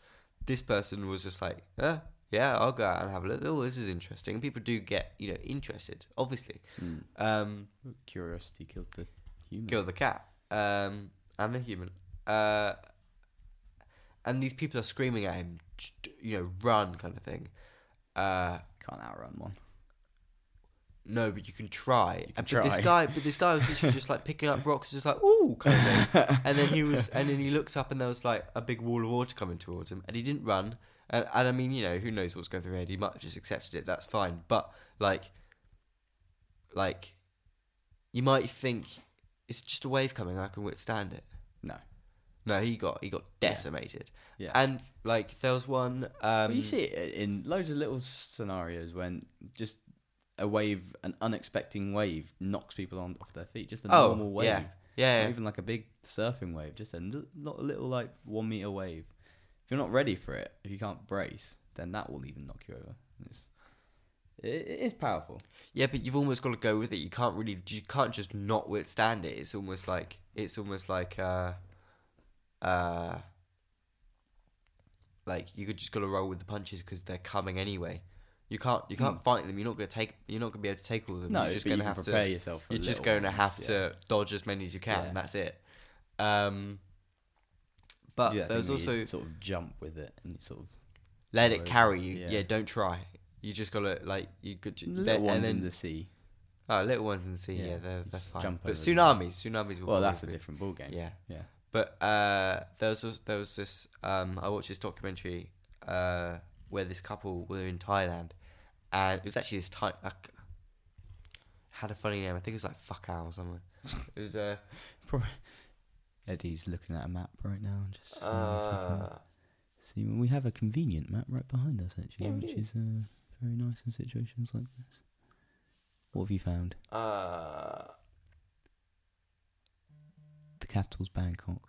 S1: this person was just like, eh, yeah, I'll go out and have a look. Oh, this is interesting. People do get, you know, interested, obviously.
S2: Mm.
S1: Um,
S2: Curiosity killed the human.
S1: kill the cat um, and the human. Uh, and these people are screaming at him, "Just, you know, run, kind of thing. Uh,
S2: Can't outrun one.
S1: no, but you can try. and, But this
S2: try.
S1: guy, but this guy was literally just like picking up rocks, just like ooh, kind of thing. and then he was, and then he looked up, and there was like a big wall of water coming towards him, and he didn't run. And, and I mean, you know, who knows what's going through his head? He might have just accepted it. That's fine. But like, like, you might think it's just a wave coming. I can withstand it.
S2: No.
S1: No, he got he got
S2: Yeah.
S1: decimated.
S2: Yeah.
S1: And like, there was one. Um,
S2: Well, you see it in loads of little scenarios when just a wave, an unexpected wave, knocks people on off their feet. Just a
S1: Oh,
S2: normal wave,
S1: yeah. yeah,
S2: not even like a big surfing wave, just a li- not a little like one meter wave. If you're not ready for it, if you can't brace, then that will even knock you over. And It's, it, it is powerful.
S1: Yeah, but you've almost got to go with it. You can't really, you can't just not withstand it. It's almost like, it's almost like, uh, uh, like you could just got to roll with the punches because they're coming anyway. You can't, you can't fight them. You're not gonna take, you're not gonna be able to take all of them.
S2: Hmm. No,
S1: you're just
S2: but you
S1: gonna
S2: can
S1: have
S2: prepare
S1: to,
S2: yourself. For
S1: you're just
S2: little
S1: gonna
S2: ones,
S1: have
S2: yeah.
S1: to dodge as many as you can.
S2: Yeah.
S1: That's it. Um, but
S2: Do that
S1: there was
S2: thing where you
S1: also
S2: sort of jump with it and you sort of
S1: let it
S2: roll
S1: carry
S2: over,
S1: you.
S2: yeah.
S1: Yeah. don't try. You just gotta like you could
S2: little
S1: then-
S2: ones
S1: and then
S2: in the sea.
S1: Oh, little ones in the sea, yeah,
S2: Yeah,
S1: they're, they're
S2: just
S1: fine.
S2: jump
S1: but
S2: over them.
S1: tsunamis, tsunamis. Will
S2: Well, that's a
S1: probably-
S2: different ball game.
S1: Yeah,
S2: yeah.
S1: but uh, there was this, there was this. Um, I watched this documentary uh, where this couple were in Thailand, and it was actually this Thai uh, had a funny name. I think it was like Fuck Owl or something. It was uh,
S2: Eddie's looking at a map right now and just seeing if he can
S1: uh,
S2: see. Well, we have a convenient map right behind us actually,
S1: Yeah, we
S2: which
S1: do.
S2: is uh, very nice in situations like this. What have you found?
S1: uh,
S2: The capital's Bangkok.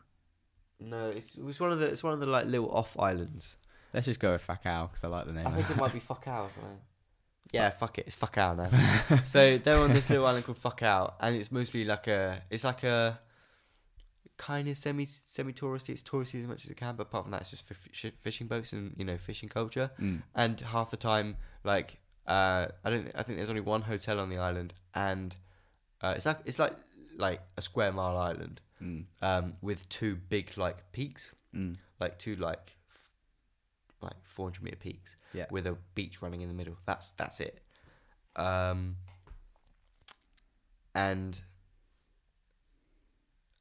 S1: no, it's, it was one of the it's one of the like little off islands.
S2: Let's just go with Fakao because I like the name.
S1: I think it might be Fuck Owl or something. Yeah, fuck it, it's Fuck Owl now. so they're on this little island called Fuck Out, and it's mostly like a, it's like a kind of semi semi touristy. It's touristy as much as it can, but apart from that, it's just fi- shi fishing boats and you know fishing culture.
S2: Mm.
S1: And half the time, like uh, I don't, I think there's only one hotel on the island, and uh, it's like it's like like a square mile island
S2: Mm.
S1: um, with two big like peaks,
S2: Mm.
S1: like two like f- like 400 meter peaks
S2: Yeah.
S1: with a beach running in the middle. That's that's it. Um, and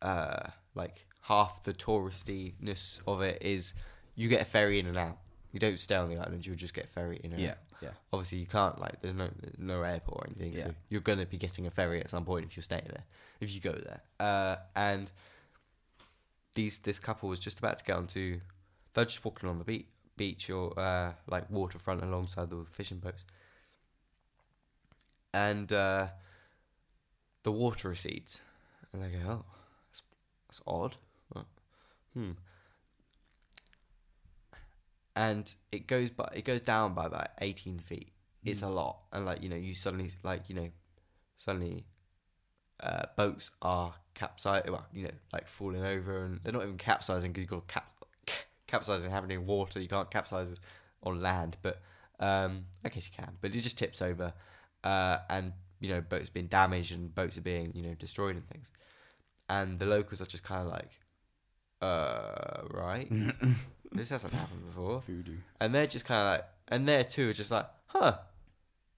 S1: uh, like half the touristiness of it is you get a ferry in and out. You don't stay on the island. You'll just get a ferry in and
S2: Yeah,
S1: out.
S2: yeah.
S1: Obviously, you can't like there's no there's no airport or anything,
S2: Yeah.
S1: so you're gonna be getting a ferry at some point if you're staying there, if you go there. Uh, and these this couple was just about to get onto. They're just walking on the beach, beach or uh, like waterfront alongside the fishing boats. And uh, the water recedes, and they go, "Oh, that's, that's odd." What? Hmm. And it goes, but it goes down by about eighteen feet.
S2: Hmm.
S1: It's a lot, and like you know, you suddenly like you know, suddenly uh, boats are capsizing, well, you know, like falling over, and they're not even capsizing because you've got cap- capsizing happening in water. You can't capsize on land, but um, I guess you can. But it just tips over, uh, and you know, boats being damaged and boats are being you know destroyed and things. And the locals are just kind of like, uh, right, this hasn't happened before
S2: Voodoo.
S1: and they're just kind of like, and they too are just like, huh.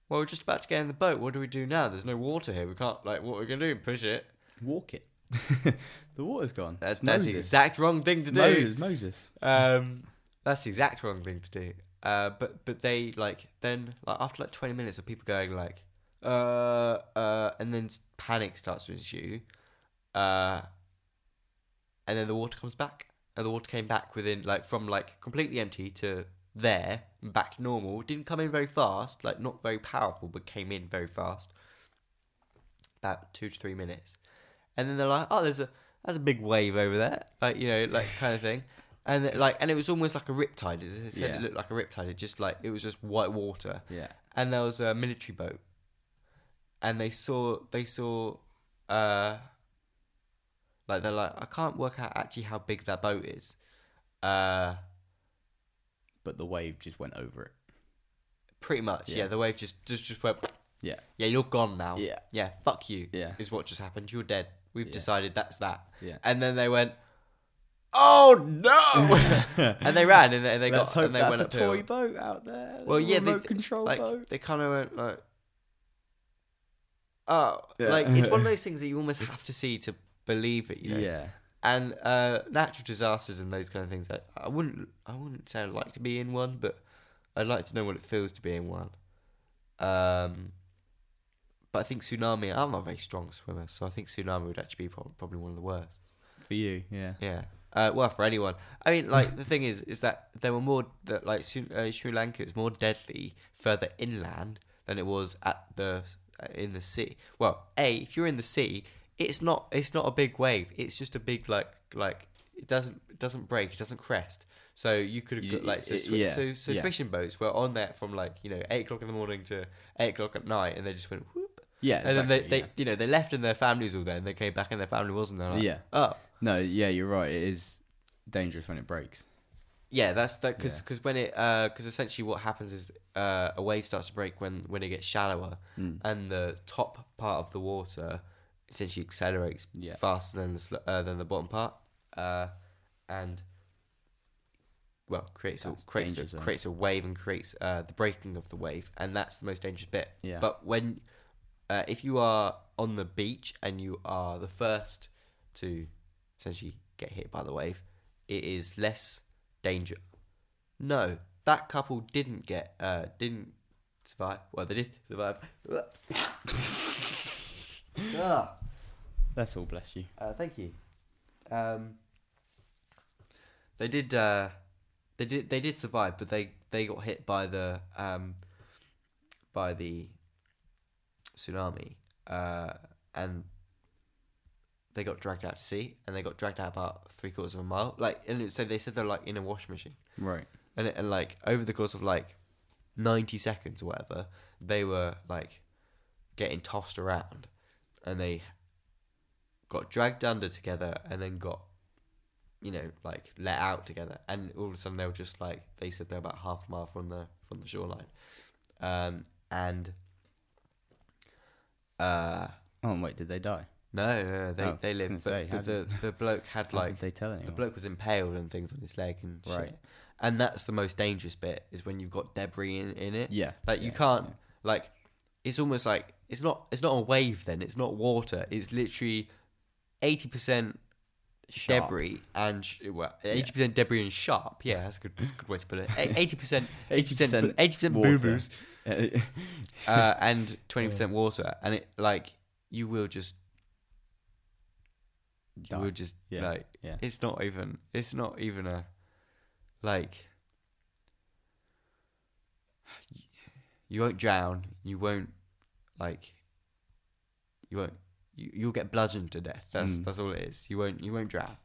S1: Well, we're just about to get in the boat. What do we do now? There's no water here. We can't like, what are we gonna do? Push it?
S2: Walk it. the water's gone.
S1: That's,
S2: It's
S1: that's the
S2: Moses.
S1: exact wrong thing to
S2: It's
S1: do.
S2: Moses. Moses.
S1: Um, that's the exact wrong thing to do. Uh, but but they like then like after like twenty minutes of people going like, uh uh, and then s- panic starts to ensue, uh, and then the water comes back, and the water came back within like from like completely empty to there and back normal. It didn't come in very fast, like not very powerful, but came in very fast, about two to three minutes, and then they're like, oh, there's a that's a big wave over there, like you know, like kind of thing. And it, like, and it was almost like a riptide. It said
S2: Yeah.
S1: it looked like a riptide. It just like it was just white water,
S2: Yeah.
S1: and there was a military boat, and they saw they saw, uh, like they're like I can't work out actually how big that boat is, uh,
S2: But the wave just went over it.
S1: pretty much yeah.
S2: Yeah.
S1: The wave just just just went
S2: Yeah.
S1: yeah you're gone now
S2: Yeah.
S1: yeah fuck you
S2: Yeah.
S1: is what just happened you're dead we've
S2: Yeah.
S1: decided that's that
S2: Yeah.
S1: and then they went oh no and they ran and they, they
S2: Let's
S1: got
S2: hope
S1: and they
S2: that's
S1: went
S2: a
S1: uphill.
S2: toy boat out there.
S1: Well, yeah, they-
S2: remote control
S1: like
S2: boat.
S1: they kind of went like, oh,
S2: Yeah.
S1: like it's one of those things that you almost have to see to believe it, you know.
S2: Yeah,
S1: And uh, natural disasters and those kind of things, I, I wouldn't, I wouldn't say I'd like to be in one, but I'd like to know what it feels to be in one. Um, but I think tsunami. I'm not a very strong swimmer, so I think tsunami would actually be prob- probably one of the worst.
S2: for you. Yeah,
S1: Yeah. Uh, well, for anyone. I mean, like the thing is, is that there were more that like Sri, uh, Sri Lanka is more deadly further inland than it was at the uh, in the sea. Well, a if you're in the sea, it's not it's not a big wave. It's just a big like like it doesn't it doesn't break. It doesn't crest. So you could have
S2: You-
S1: got, like so
S2: it-
S1: swi-
S2: yeah,
S1: so, so
S2: yeah.
S1: fishing boats were on there from like you know eight o'clock in the morning to eight o'clock at night, and they just went whoop.
S2: yeah.
S1: and then they,
S2: exactly,
S1: they you know they left and their families all there, and they came back and their family wasn't there.
S2: yeah.
S1: Like,
S2: yeah.
S1: Oh,
S2: No, yeah, you're right. It is dangerous when it breaks.
S1: Yeah, that's that because
S2: Yeah.
S1: when it because essentially what happens is uh, a wave starts to break when when it gets shallower
S2: Mm.
S1: and the top part of the water essentially accelerates
S2: Yeah.
S1: faster than the sl- uh, than the bottom part uh, and well creates a,
S2: That's
S1: creates
S2: danger
S1: a,
S2: zone.
S1: creates a wave and creates uh, the breaking of the wave and that's the most dangerous bit.
S2: Yeah.
S1: But when uh, if you are on the beach and you are the first to essentially get hit by the wave, it is less danger. No, that couple didn't get uh didn't survive. Well, they did survive. Ah,
S2: That's all. Bless you.
S1: uh, thank you. Um, they did. Uh, they did. They did survive, but they they got hit by the um, by the tsunami, uh, and they got dragged out to sea, and they got dragged out about three quarters of a mile. Like, and it said they said they're like in a washing machine,
S2: Right.
S1: and it, and like over the course of like ninety seconds or whatever, they were like getting tossed around, and they got dragged under together, and then got you know like let out together, and all of a sudden they were just like they said they're about half a mile from the from the shoreline, um, and uh.
S2: Oh and wait, did they die?
S1: No, no, no, they
S2: Oh, I
S1: they
S2: was
S1: lived.
S2: gonna
S1: But,
S2: say,
S1: but
S2: how
S1: the,
S2: did-
S1: the bloke had
S2: How
S1: like
S2: did they tell
S1: the
S2: anyone?
S1: bloke was impaled and things on his leg and shit.
S2: Right.
S1: And that's the most dangerous bit is when you've got debris in, in it.
S2: Yeah.
S1: Like you
S2: yeah,
S1: can't
S2: yeah.
S1: like it's almost like it's not it's not a wave then, it's not water. It's literally eighty percent
S2: Sharp.
S1: debris and sh- well, eighty percent debris and sharp. Yeah, that's a good that's a good way to put it. Eighty percent
S2: 80%
S1: eighty percent
S2: water.
S1: boo boos uh, and twenty
S2: Yeah.
S1: percent water, and it like you will just
S2: Die.
S1: you will just
S2: Yeah.
S1: like
S2: Yeah.
S1: it's not even it's not even a like you won't drown. You won't like. You won't. You, you'll get bludgeoned to death. That's
S2: Mm.
S1: that's all it is. You won't. You won't drown.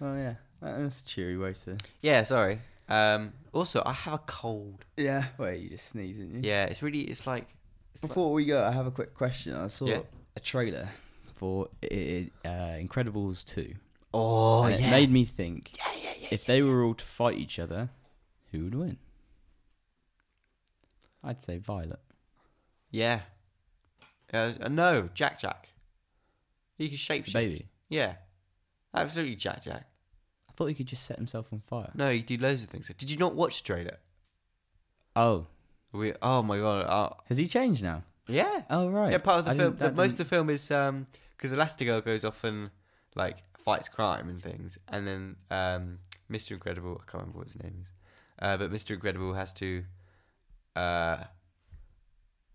S2: Oh yeah, That- that's a cheery way to.
S1: Yeah. Sorry. Um. Also, I have a cold.
S2: Yeah. Wait, you just sneeze, didn't you?
S1: Yeah. It's really. It's like. it's like-
S2: Before we go, I have a quick question. I saw
S1: Yeah.
S2: a trailer for I- I- uh, Incredibles two.
S1: oh
S2: and it
S1: yeah.
S2: made me think
S1: yeah. Yeah. Yeah.
S2: if they were all to fight each other, who would win? I'd say Violet.
S1: Yeah. Uh, uh, no, Jack Jack. He can shape
S2: The baby.
S1: Yeah. Absolutely Jack Jack.
S2: I thought he could just set himself on fire.
S1: No, he did loads of things. Did you not watch Trader?
S2: Oh,
S1: We oh my god. Uh,
S2: has he changed now?
S1: yeah.
S2: Oh right.
S1: Yeah, part of the
S2: I
S1: film.
S2: didn't-
S1: The,
S2: that
S1: most of
S2: didn't-
S1: the film is um because Elastigirl goes off and like fights crime and things, and then um Mr. Incredible. I can't remember what his name is, uh, but Mr. Incredible has to uh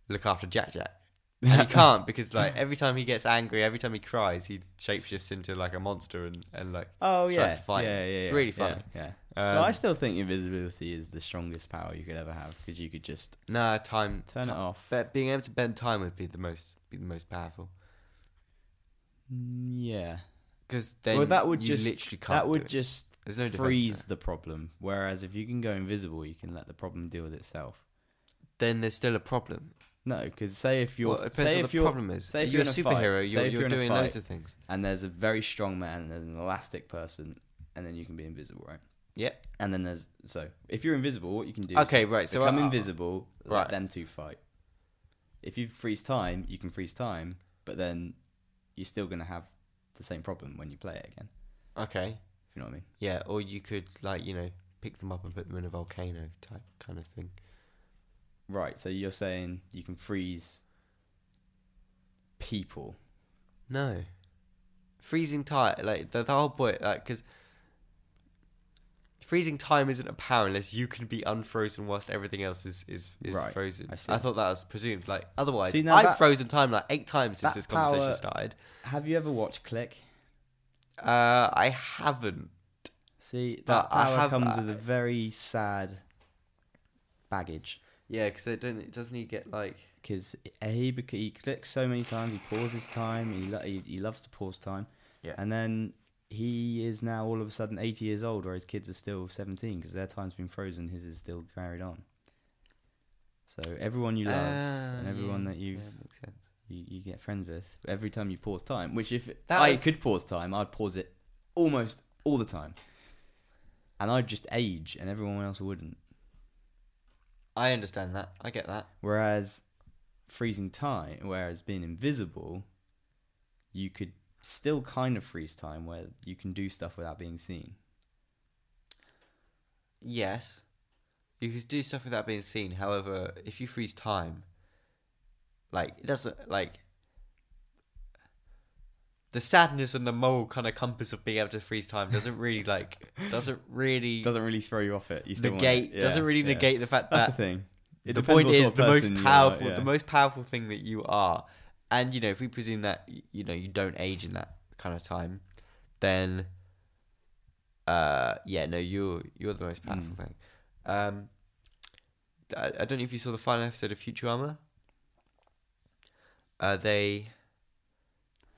S1: look after Jack Jack. And he can't because like every time he gets angry, every time he cries, he shapeshifts into like a monster and and like
S2: Oh
S1: tries
S2: yeah.
S1: to fight
S2: yeah, yeah,
S1: him.
S2: yeah.
S1: It's really
S2: yeah,
S1: funny.
S2: Yeah.
S1: um,
S2: Well, I still think invisibility is the strongest power you could ever have because you could just
S1: nah time
S2: turn
S1: ti-
S2: it off.
S1: But being able to bend time would be the most be the most powerful
S2: Mm, Yeah.
S1: because then
S2: well, that would
S1: you
S2: just
S1: literally can't
S2: that
S1: do
S2: would
S1: it.
S2: just
S1: There's no defense
S2: freeze the problem. Whereas if you can go invisible, you can let the problem deal with itself.
S1: then there's still a problem.
S2: No, because say if you're
S1: Well, it depends
S2: say
S1: on
S2: if
S1: the
S2: you're
S1: problem is.
S2: say if
S1: you're,
S2: you're
S1: a
S2: in a fight-
S1: superhero,
S2: say
S1: you're,
S2: if
S1: you're,
S2: you're in a
S1: doing loads
S2: fight.
S1: of things.
S2: and there's a very strong man and there's an elastic person and then you can be invisible, right?
S1: Yep.
S2: And then there's so if you're invisible, what you can do?
S1: Okay,
S2: is just
S1: right, so
S2: become
S1: I-
S2: invisible.
S1: right.
S2: Let them two fight. If you freeze time, you can freeze time, but then you're still gonna have the same problem when you play it again.
S1: Okay.
S2: If you know what I mean?
S1: Yeah, or you could like you know pick them up and put them in a volcano type kind of thing.
S2: Right. So you're saying you can freeze people.
S1: No. Freezing time, like the, the whole point, like because freezing time isn't a power unless you can be unfrozen whilst everything else is is, is
S2: Right,
S1: frozen.
S2: I
S1: I,
S2: see.
S1: thought that was presumed. Like otherwise,
S2: See, now
S1: I've
S2: that-
S1: frozen time like eight times since
S2: that
S1: this conversation
S2: power-
S1: started.
S2: Have you ever watched Click?
S1: Uh, I haven't.
S2: See, that
S1: But Uh, I
S2: power
S1: have-
S2: comes with a very sad baggage
S1: Yeah, because it doesn't. It doesn't he get like
S2: because he bec- he clicks so many times, he pauses time, he lo- he, he loves to pause time,
S1: Yeah.
S2: and then he is now all of a sudden 80 years old, where his kids are still 17 because their time's been frozen, his is still carried on. So everyone you love
S1: Uh.
S2: and everyone that you've
S1: Ah, makes sense.
S2: you, you get friends with every time you pause time. Which if
S1: That
S2: I
S1: was-
S2: could pause time, I'd pause it almost all the time, and I'd just age, and everyone else wouldn't.
S1: I understand that. I get that.
S2: Whereas freezing time, whereas being invisible, you could still kind of freeze time where you can do stuff without being seen.
S1: Yes, you could do stuff without being seen. However, if you freeze time, like it doesn't like the sadness and the moral kind of compass of being able to freeze time doesn't really like doesn't really
S2: Doesn't really throw you off it. You still want it.
S1: negate
S2: Yeah,
S1: doesn't really
S2: yeah.
S1: negate the fact
S2: That's
S1: that
S2: the thing. It
S1: the
S2: depends
S1: point
S2: what sort
S1: is
S2: of
S1: the most
S2: person you are,
S1: powerful
S2: yeah.
S1: the most powerful thing that you are and you know if we presume that y- you know you don't age in that kind of time then uh yeah no you're you're the most powerful
S2: Mm.
S1: thing um I, I don't know if you saw the final episode of Futurama uh they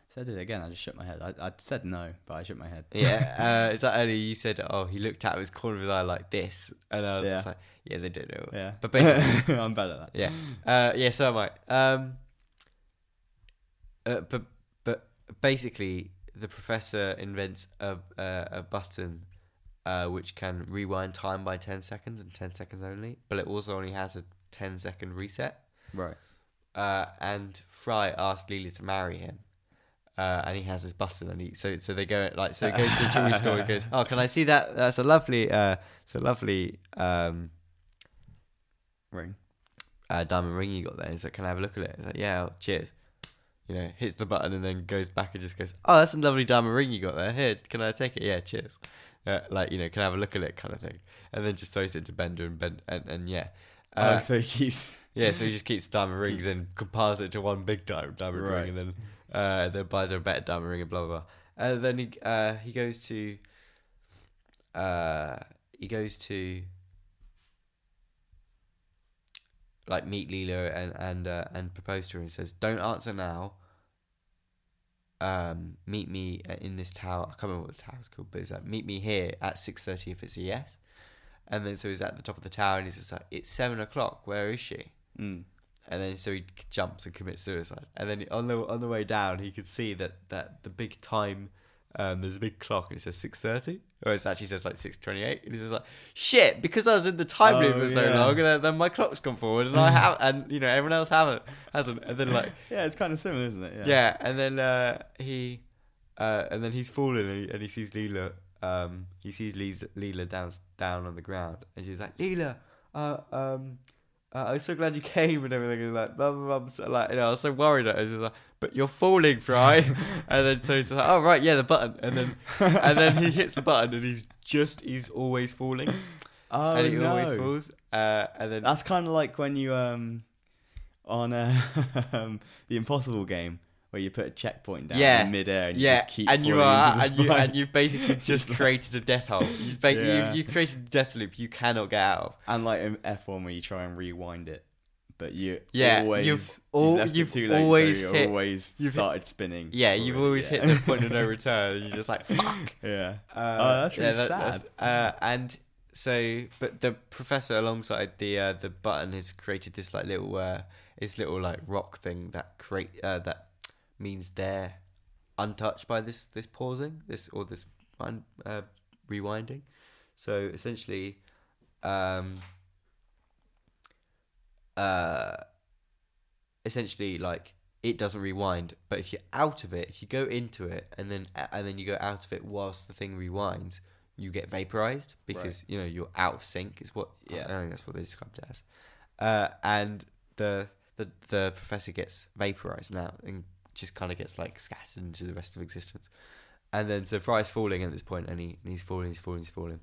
S2: Said it again. I just shook my head. I, I said no, but I shook my head.
S1: yeah uh is that earlier you said oh he looked out of his corner of his eye like this and I was just
S2: Yeah.
S1: like yeah they don't know what
S2: Yeah.
S1: But basically-
S2: I'm bad at that.
S1: Yeah. Uh, yeah, so am I. Um, uh, but but basically, the professor invents a a, a button uh, which can rewind time by ten seconds and ten seconds only, but it also only has a 10 second reset.
S2: Right.
S1: Uh, and Fry asked Leela to marry him. Uh, and he has this button, and he so so they go like so he goes to a jewelry store and goes, oh, can I see that? That's a lovely, uh, it's a lovely um,
S2: Ring.
S1: uh, diamond ring you got there. He's like, can I have a look at it? It's like, yeah, cheers. You know, hits the button and then goes back and just goes, oh, that's a lovely diamond ring you got there. Here, can I take it? Yeah, cheers. Uh, like, you know, can I have a look at it kind of thing. And then just throws it to Bender and Ben and, and yeah. Uh,
S2: oh, so he's
S1: yeah, so he just keeps the diamond rings and compares it to one big diamond, diamond
S2: Right.
S1: ring, and then uh, then buys her a better diamond ring and blah blah. blah. And then he uh, he goes to uh, he goes to like meet Lila and and uh, and propose to her and says, "Don't answer now. Um, meet me at- in this tower. I can't remember what the tower's called, but it's like meet me here at six thirty if it's a yes." And then so he's at the top of the tower and he's just like, "It's seven o'clock. Where is she?"
S2: Mm.
S1: and then so he k- jumps and commits suicide. And then on the on the way down, he could see that that the big time. Um, there's a big clock and it says six thirty, or it actually says like six twenty eight. And he's just like, "Shit!" Because I was in the time
S2: Oh,
S1: loop for so
S2: yeah.
S1: long, and then, then my clock's gone forward, and I have, and you know everyone else haven't hasn't. And then like,
S2: Yeah, it's kind of similar, isn't it?
S1: yeah, and then uh, he, uh, and then he's falling and he, and he sees Leela. Um, he sees Lee's, Leela down down on the ground, and she's like, "Leela, uh, um, uh, I was so glad you came and everything." And like, blah, blah, blah, I'm so, like, you know, I was so worried. I was just like, "But you're falling, Fry." and then so he's like, "Oh right, yeah, the button." And then and then he hits the button, and he's just he's always falling,
S2: Oh
S1: and he
S2: no.
S1: always falls. Uh, and then
S2: That's kind of like when you um on uh, um, the impossible game where you put a checkpoint down
S1: Yeah.
S2: in midair and you
S1: yeah,
S2: just keep
S1: and you
S2: falling
S1: are,
S2: into the
S1: and you
S2: spine.
S1: and you've basically just created a death hole. You've, ba-
S2: Yeah.
S1: you've, you've created a death loop you cannot get out of.
S2: And like in F1 where you try and rewind it, but you
S1: Yeah,
S2: always
S1: you've al-
S2: all left it
S1: you've
S2: too late,
S1: always
S2: so you
S1: hit-
S2: always
S1: you've hit-
S2: started spinning.
S1: Yeah, you've
S2: already,
S1: always
S2: Oh, yeah.
S1: hit the point of no return, and you're just like, fuck.
S2: yeah.
S1: Uh,
S2: Oh, that's really
S1: that's- uh, and so, but the professor alongside the uh, the button has created this like little uh, this little like rock thing that create uh, that means they're untouched by this this pausing this or this un, uh, rewinding. So essentially, um, uh, essentially like it doesn't rewind but if you're out of it if you go into it and then and then you go out of it whilst the thing rewinds you get vaporized because you know you're out of sync is what
S2: Yeah.
S1: I think that's what they described it as uh, and the, the the professor gets vaporized now and just kind of gets like scattered into the rest of existence and then so Fry's falling at this point and he and he's falling he's falling he's falling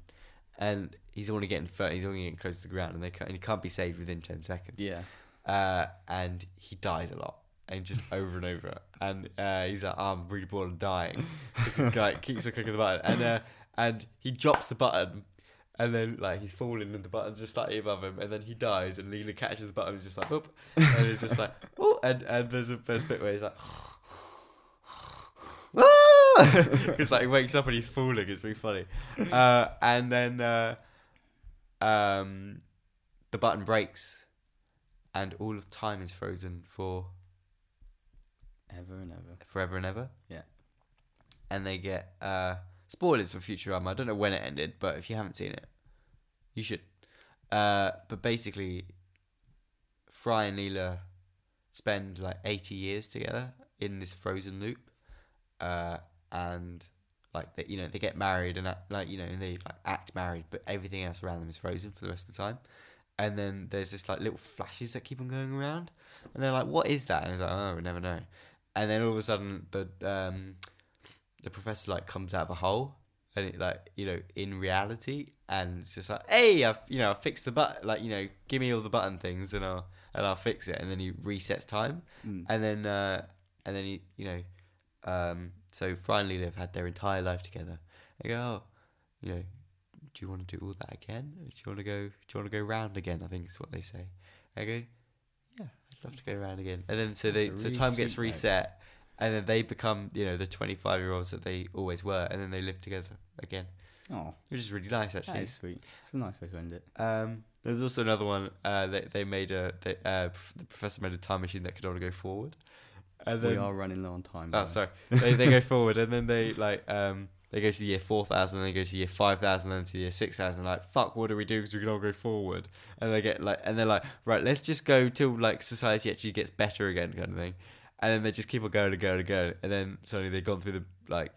S1: and he's only getting fur- he's only getting close to the ground and they can and he can't be saved within 10 seconds
S2: Yeah.
S1: uh, and he dies a lot and just over and over and uh, he's like "Oh, i'm really bored of dying because he like, keeps on clicking the button and uh, and he drops the button and then like he's falling and the button's just slightly above him and then he dies and Leela catches the button and is just like Oop, and it's just like oh and, and there's a there's a bit where he's like "Ah!" because like he wakes up and he's falling it's really funny uh, and then uh, um, the button breaks and all of time is frozen for
S2: Ever and ever.
S1: forever and ever.
S2: Yeah.
S1: And they get uh, spoilers for Futurama. I don't know when it ended, but if you haven't seen it, you should. Uh, but basically, Fry and Leela spend like 80 years together in this frozen loop. Uh, and like they, you know, they get married and act, like you know, they like act married, but everything else around them is frozen for the rest of the time. And then there's this like little flashes that keep on going around, and they're like, "What is that?" And it's like, "Oh, we never know." and then all of a sudden the um the professor like comes out of a hole and it like you know in reality and it's just like hey i've you know i fixed the button like you know give me all the button things and i'll and i'll fix it and then he resets time
S2: Mm.
S1: and then uh and then he you know um so finally they've had their entire life together they go oh you know do you want to do all that again do you want to go do you want to go round again i think is what they say they go yeah i'd love to go round again and then so
S2: That's
S1: they
S2: a
S1: so
S2: really
S1: time gets
S2: sweet note.
S1: reset and then they become you know the 25 year olds that they always were and then they live together again
S2: Oh,
S1: which is really nice actually
S2: that is sweet. It's a nice way to end it.
S1: um, there's also another one. Uh, they they made a they, uh, pr- the professor made a time machine that could only go forward, and then
S2: we are running low on time.
S1: oh
S2: though.
S1: sorry they they go forward and then they like um they go to the year four thousand then they go to the year five thousand then to the year six thousand like fuck what do we do because we can all go forward and they get like and they're like right let's just go till like society actually gets better again kind of thing and then they just keep on going and going and going and then suddenly they've gone through the like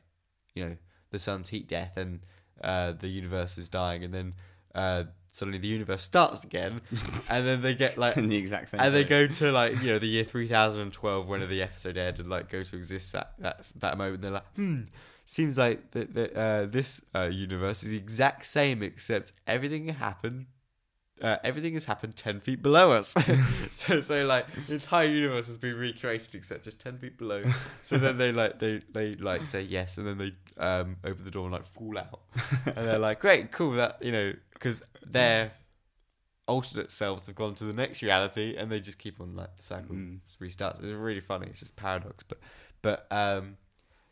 S1: you know the sun's heat death and uh, the universe is dying and then uh, suddenly the universe starts again and then they get like
S2: in the exact same.
S1: and they go
S2: place.
S1: to like you know the year 3012 whenever the episode aired and like go to exist that that's that moment they're like hmm seems like that that uh, this uh, universe is the exact same except everything happened uh, everything has happened 10 feet below us so so like the entire universe has been recreated except just 10 feet below so then they like they they like say yes and then they um open the door and like fall out and they're like great cool that you know because they're alternate selves have gone to the next reality, and they just keep on like the cycle
S2: Mm.
S1: restarts. It's really funny. It's just paradox, but but um,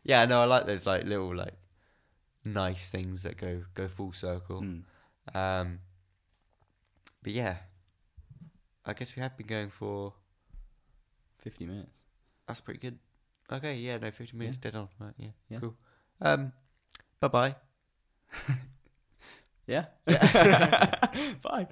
S1: yeah, no, I like those like little like nice things that go go full circle.
S2: Mm.
S1: Um, but yeah, I guess we have been going for.
S2: 50 minutes.
S1: That's pretty good. Okay, yeah, no, 50 minutes dead on. Right, yeah,
S2: Yeah.
S1: cool. Um, bye bye.
S2: Yeah. Bye.